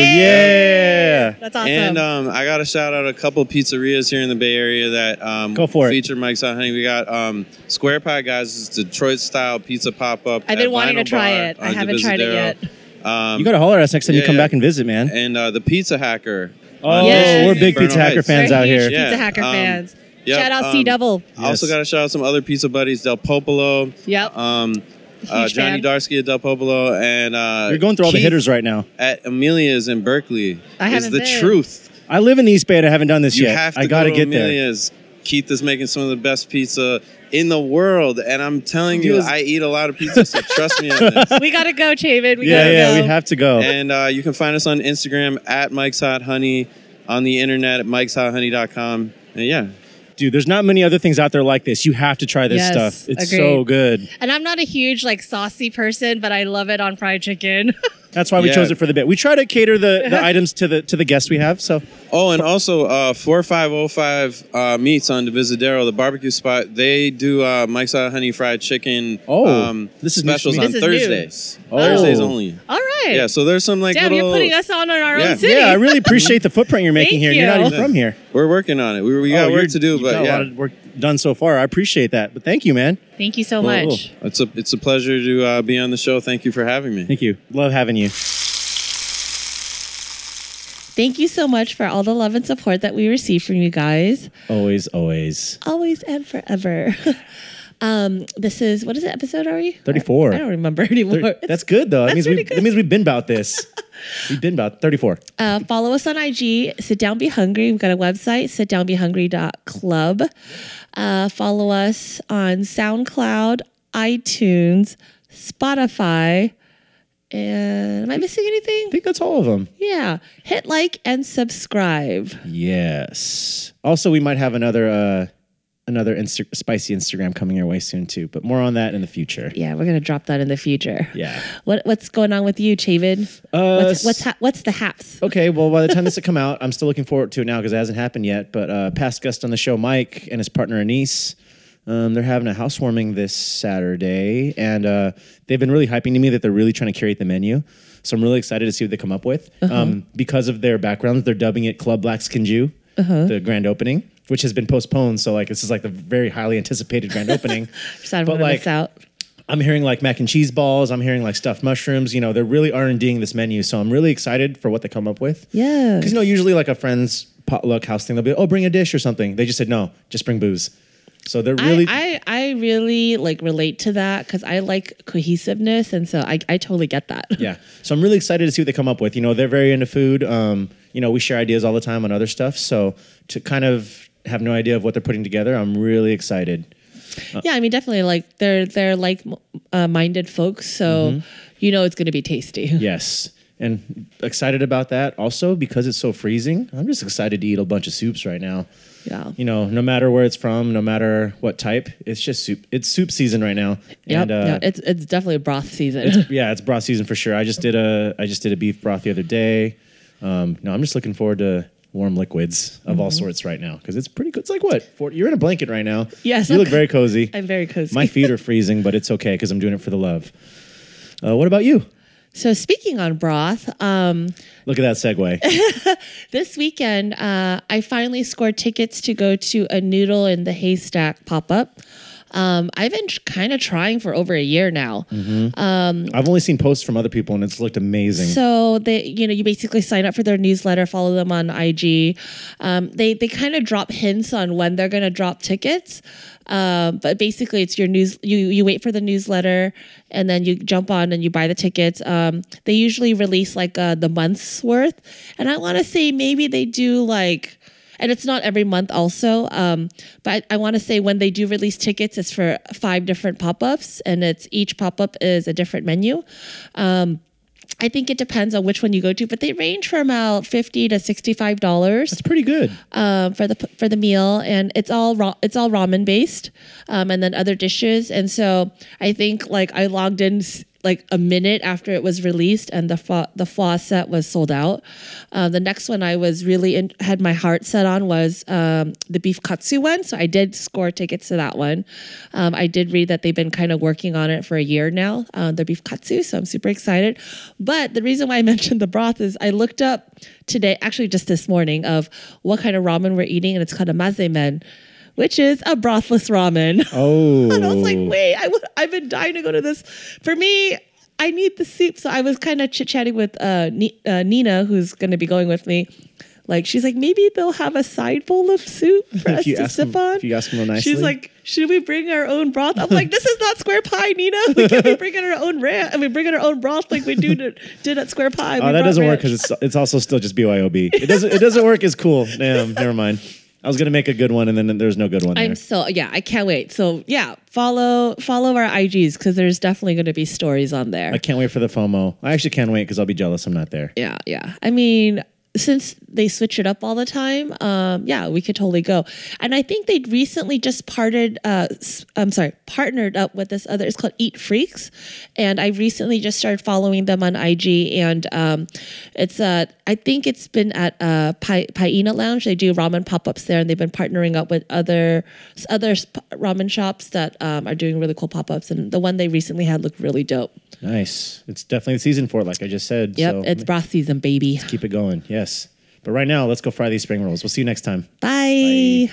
Speaker 1: yeah.
Speaker 4: That's awesome.
Speaker 5: And um, I got to shout out a couple pizzerias here in the Bay Area that um,
Speaker 1: Go for it.
Speaker 5: feature Mike's Hot Honey. We got um, Square Pie Guys, is Detroit style pizza pop up.
Speaker 4: I've been wanting to try it. I haven't tried it yet.
Speaker 5: Um,
Speaker 1: You gotta holler at us next time you
Speaker 5: yeah,
Speaker 1: come
Speaker 5: yeah.
Speaker 1: back and visit, man.
Speaker 5: and uh, the Pizza Hacker.
Speaker 1: Oh,
Speaker 4: Yes.
Speaker 1: we're big
Speaker 5: Inferno
Speaker 1: Pizza Hacker
Speaker 5: Heights.
Speaker 1: fans
Speaker 4: We're
Speaker 1: out
Speaker 4: huge
Speaker 1: here.
Speaker 4: Pizza
Speaker 5: Yeah,
Speaker 4: Hacker
Speaker 5: um,
Speaker 4: fans.
Speaker 5: yep,
Speaker 4: Shout out
Speaker 5: um,
Speaker 4: C Double.
Speaker 5: I also
Speaker 1: Yes.
Speaker 5: got to shout out some other pizza buddies, Del Popolo.
Speaker 4: Yep.
Speaker 5: Um, uh,
Speaker 4: Huge
Speaker 5: Johnny
Speaker 4: fan.
Speaker 5: Darsky at Del Popolo, and uh,
Speaker 1: You're going through all the
Speaker 5: Keith
Speaker 1: hitters right now.
Speaker 5: at Amelia's in Berkeley.
Speaker 4: I
Speaker 5: is
Speaker 4: haven't
Speaker 5: the
Speaker 4: been.
Speaker 5: truth.
Speaker 1: I live in the East Bay and I haven't done this
Speaker 5: You
Speaker 1: yet.
Speaker 5: have to
Speaker 1: I gotta
Speaker 5: go to
Speaker 1: get there.
Speaker 5: Amelia's. Keith is making some of the best pizza in the world, and I'm telling you,
Speaker 1: Yes.
Speaker 5: I eat a lot of pizza, so trust me
Speaker 1: *laughs*
Speaker 5: on this.
Speaker 4: we gotta go, Chavin. We
Speaker 1: Yeah,
Speaker 4: gotta
Speaker 1: yeah,
Speaker 4: go.
Speaker 1: we have to go.
Speaker 5: And uh, you can find us on Instagram at Mike's Hot Honey, on the internet at Mike's Hot Honey.com. And yeah,
Speaker 1: Dude, there's not many other things out there like this. You have to try this
Speaker 4: Yes,
Speaker 1: stuff. It's
Speaker 4: agreed.
Speaker 1: so good.
Speaker 4: and I'm not a huge like saucy person, but I love it on fried chicken. *laughs*
Speaker 1: That's why we
Speaker 5: Yeah.
Speaker 1: chose it for the bit. We try to cater the, the items to the to the guests we have. So
Speaker 5: Oh, and also uh, 4505 uh, Meats on Divisadero, the barbecue spot, they do uh, Mike's Hot Honey Fried Chicken
Speaker 1: Oh, this
Speaker 5: this
Speaker 1: is
Speaker 5: is
Speaker 1: new to
Speaker 5: specials
Speaker 1: me.
Speaker 5: on
Speaker 4: This is new.
Speaker 5: Thursdays.
Speaker 1: Oh.
Speaker 5: Thursdays only.
Speaker 4: All right.
Speaker 5: Yeah, so there's some like
Speaker 4: Damn,
Speaker 5: little.
Speaker 4: you're putting us on our
Speaker 5: Yeah.
Speaker 4: own city.
Speaker 1: yeah, I really appreciate the footprint you're making
Speaker 4: Thank
Speaker 1: here. You're not
Speaker 4: you.
Speaker 1: even from here.
Speaker 5: We're working on it. We, we got
Speaker 1: Oh,
Speaker 5: work
Speaker 1: you're-
Speaker 5: to do,
Speaker 1: you've
Speaker 5: but
Speaker 1: got a
Speaker 5: yeah.
Speaker 1: lot of work done so far. I appreciate that, but thank you, man.
Speaker 4: Thank you so
Speaker 1: Cool.
Speaker 4: much.
Speaker 5: It's a it's a pleasure to uh, be on the show. Thank you for having me.
Speaker 1: Thank you. Love having you.
Speaker 2: Thank you so much for all the love and support that we received from you guys,
Speaker 1: Always, always.
Speaker 2: always
Speaker 4: *laughs*
Speaker 2: and forever. um, this is what is it episode are we?
Speaker 1: 34.
Speaker 2: I, I
Speaker 4: *laughs*
Speaker 2: don't remember anymore.
Speaker 1: Thir- that's good though. That means we
Speaker 2: pretty good.
Speaker 1: that means we've been about this. we've been about 34.
Speaker 2: Uh, follow us on IG, Sit Down Be Hungry. We've got a website, sitdownbehungry.club. Uh, follow us on SoundCloud, iTunes, Spotify, and am I missing
Speaker 1: I
Speaker 2: anything?
Speaker 1: think that's all of them.
Speaker 2: Yeah. Hit like and subscribe.
Speaker 1: Yes. Also, we might have another uh another Insta- spicy Instagram coming your way soon too, but more on that in the future.
Speaker 2: Yeah, we're going to drop that in the future.
Speaker 1: Yeah.
Speaker 2: What, what's going on with you, Chavin?
Speaker 1: Uh,
Speaker 2: what's what's, ha- what's the haps?
Speaker 1: Okay, well, by the time this will come out, I'm still looking forward to it now because it hasn't happened yet. But uh, past guest on the show, Mike and his partner Anise, um, they're having a housewarming this Saturday, and uh, they've been really hyping to me that they're really trying to curate the menu. So I'm really excited to see what they come up with.
Speaker 2: Uh-huh.
Speaker 1: Um, because of their backgrounds, they're dubbing it Club Black Skin Jew,
Speaker 2: Uh-huh.
Speaker 1: the grand opening, which has been postponed. So like, this is like the very highly anticipated
Speaker 2: *laughs*
Speaker 1: grand opening.
Speaker 2: So I don't
Speaker 1: But,
Speaker 2: want to
Speaker 1: like,
Speaker 2: miss out.
Speaker 1: I'm hearing like mac and cheese balls. I'm hearing like stuffed mushrooms. You know, they're really R and Ding this menu, so I'm really excited for what they come up with.
Speaker 2: Yeah.
Speaker 1: because you know, usually like a friend's potluck house thing, they'll be, oh, bring a dish or something. They just said no, just bring booze. So they're really
Speaker 2: I, I, I really like relate to that because I like cohesiveness and so I, I totally get that.
Speaker 1: yeah. So I'm really excited to see what they come up with. You know, they're very into food. Um, you know, we share ideas all the time on other stuff. So to kind of have no idea of what they're putting together, I'm really excited.
Speaker 2: *laughs* yeah, I mean definitely like they're they're like uh, minded folks, so
Speaker 1: Mm-hmm.
Speaker 2: you know it's gonna be tasty.
Speaker 1: Yes. And excited about that also because it's so freezing. I'm just excited to eat a bunch of soups right now.
Speaker 2: *laughs* Yeah.
Speaker 1: you know, no matter where it's from, no matter what type, it's just soup. It's soup season right now.
Speaker 2: Yep,
Speaker 1: And, uh,
Speaker 2: yeah, it's it's definitely broth
Speaker 1: *laughs*
Speaker 2: season.
Speaker 1: yeah, it's broth season for sure. I just did a I just did a beef broth the other day. Um, no, I'm just looking forward to warm liquids of
Speaker 2: Mm-hmm.
Speaker 1: all sorts right now because it's pretty good. It's like what? 40, you're in a blanket right now.
Speaker 2: Yes,
Speaker 1: you
Speaker 2: I'm
Speaker 1: look
Speaker 2: co-
Speaker 1: very
Speaker 2: *laughs*
Speaker 1: cozy.
Speaker 2: I'm very cozy.
Speaker 1: My feet are freezing, but it's okay because I'm doing it for the love. Uh, what about you?
Speaker 2: so speaking on broth, um,
Speaker 1: Look at that
Speaker 2: *laughs*
Speaker 1: segue.
Speaker 2: this weekend uh, I finally scored tickets to go to a noodle in the haystack pop up. Um, I've been kind of trying for over a year now.
Speaker 1: I've only seen posts from other people and it's looked amazing.
Speaker 2: So they, you know, you basically sign up for their newsletter, follow them on IG. Um, they they kind of drop hints on when they're going to drop tickets, um, but basically it's your news. You you wait for the newsletter, and then you jump on and you buy the tickets. Um, they usually release like uh, the month's worth, and I want to say maybe they do like. And it's not every month, also. Um, but I, I want to say when they do release tickets, it's for five different pop ups, and it's each pop up is a different menu. I think it depends on which one you go to, but they range from about fifty to sixty-five dollars
Speaker 1: it's pretty good.
Speaker 2: um, for the for the meal, and it's all ra- it's all ramen based, um, and then other dishes. And so I think like I logged in s- like a minute after it was released, and the fa- the pho set was sold out. Uh, the next one I was really in- had my heart set on was um, the beef katsu one, so I did score tickets to that one. Um, I did read that they've been kind of working on it for a year now, uh, the beef katsu, so I'm super excited. But the reason why I *laughs* mentioned the broth is I looked up today, actually just this morning, of what kind of ramen we're eating, and it's called a mazemen. Which is a brothless ramen. *laughs*
Speaker 1: Oh,
Speaker 2: And I was like, wait, I would, I've been dying to go to this. For me, I need the soup. So I was kind of chit chatting with uh, Ni- uh, Nina, who's going to be going with me. Like, she's like, maybe they'll have a side bowl
Speaker 1: *laughs*
Speaker 2: of soup for us
Speaker 1: you
Speaker 2: to
Speaker 1: ask
Speaker 2: sip
Speaker 1: them-
Speaker 2: on.
Speaker 1: if you ask them real
Speaker 2: She's
Speaker 1: nicely.
Speaker 2: like, should we bring our own broth? I'm
Speaker 1: *laughs*
Speaker 2: like, this is not Square Pie, Nina. *laughs* We can't be bringing our own ranch. I mean, bringing our own broth like we do to, did at Square Pie.
Speaker 1: Oh, that doesn't work because it's it's also still just BYOB. It doesn't it doesn't work as cool. Damn, never mind. I was gonna make a good one and then there's no good one
Speaker 2: I'm
Speaker 1: there.
Speaker 2: so yeah, I can't wait. So yeah, follow follow our IGs because there's definitely going to be stories on there.
Speaker 1: I can't wait for the FOMO. I actually can't wait because I'll be jealous. I'm not there.
Speaker 2: Yeah, yeah. I mean, since they switch it up all the time, um, yeah, we could totally go. And I think they recently just parted. Uh, s- I'm sorry, partnered up with this other. It's called Eat Freaks, and I recently just started following them on IG. And um, it's uh, I think it's been at uh, Pai- Paina Lounge. They do ramen pop ups there, and they've been partnering up with other s- other sp- ramen shops that um, are doing really cool pop ups. And the one they recently had looked really dope.
Speaker 1: Nice. It's definitely the season for it, like I just said.
Speaker 2: Yep,
Speaker 1: so
Speaker 2: it's broth season, baby.
Speaker 1: keep it going. Yes. But right now, let's go fry these spring rolls. We'll see you next time.
Speaker 2: Bye.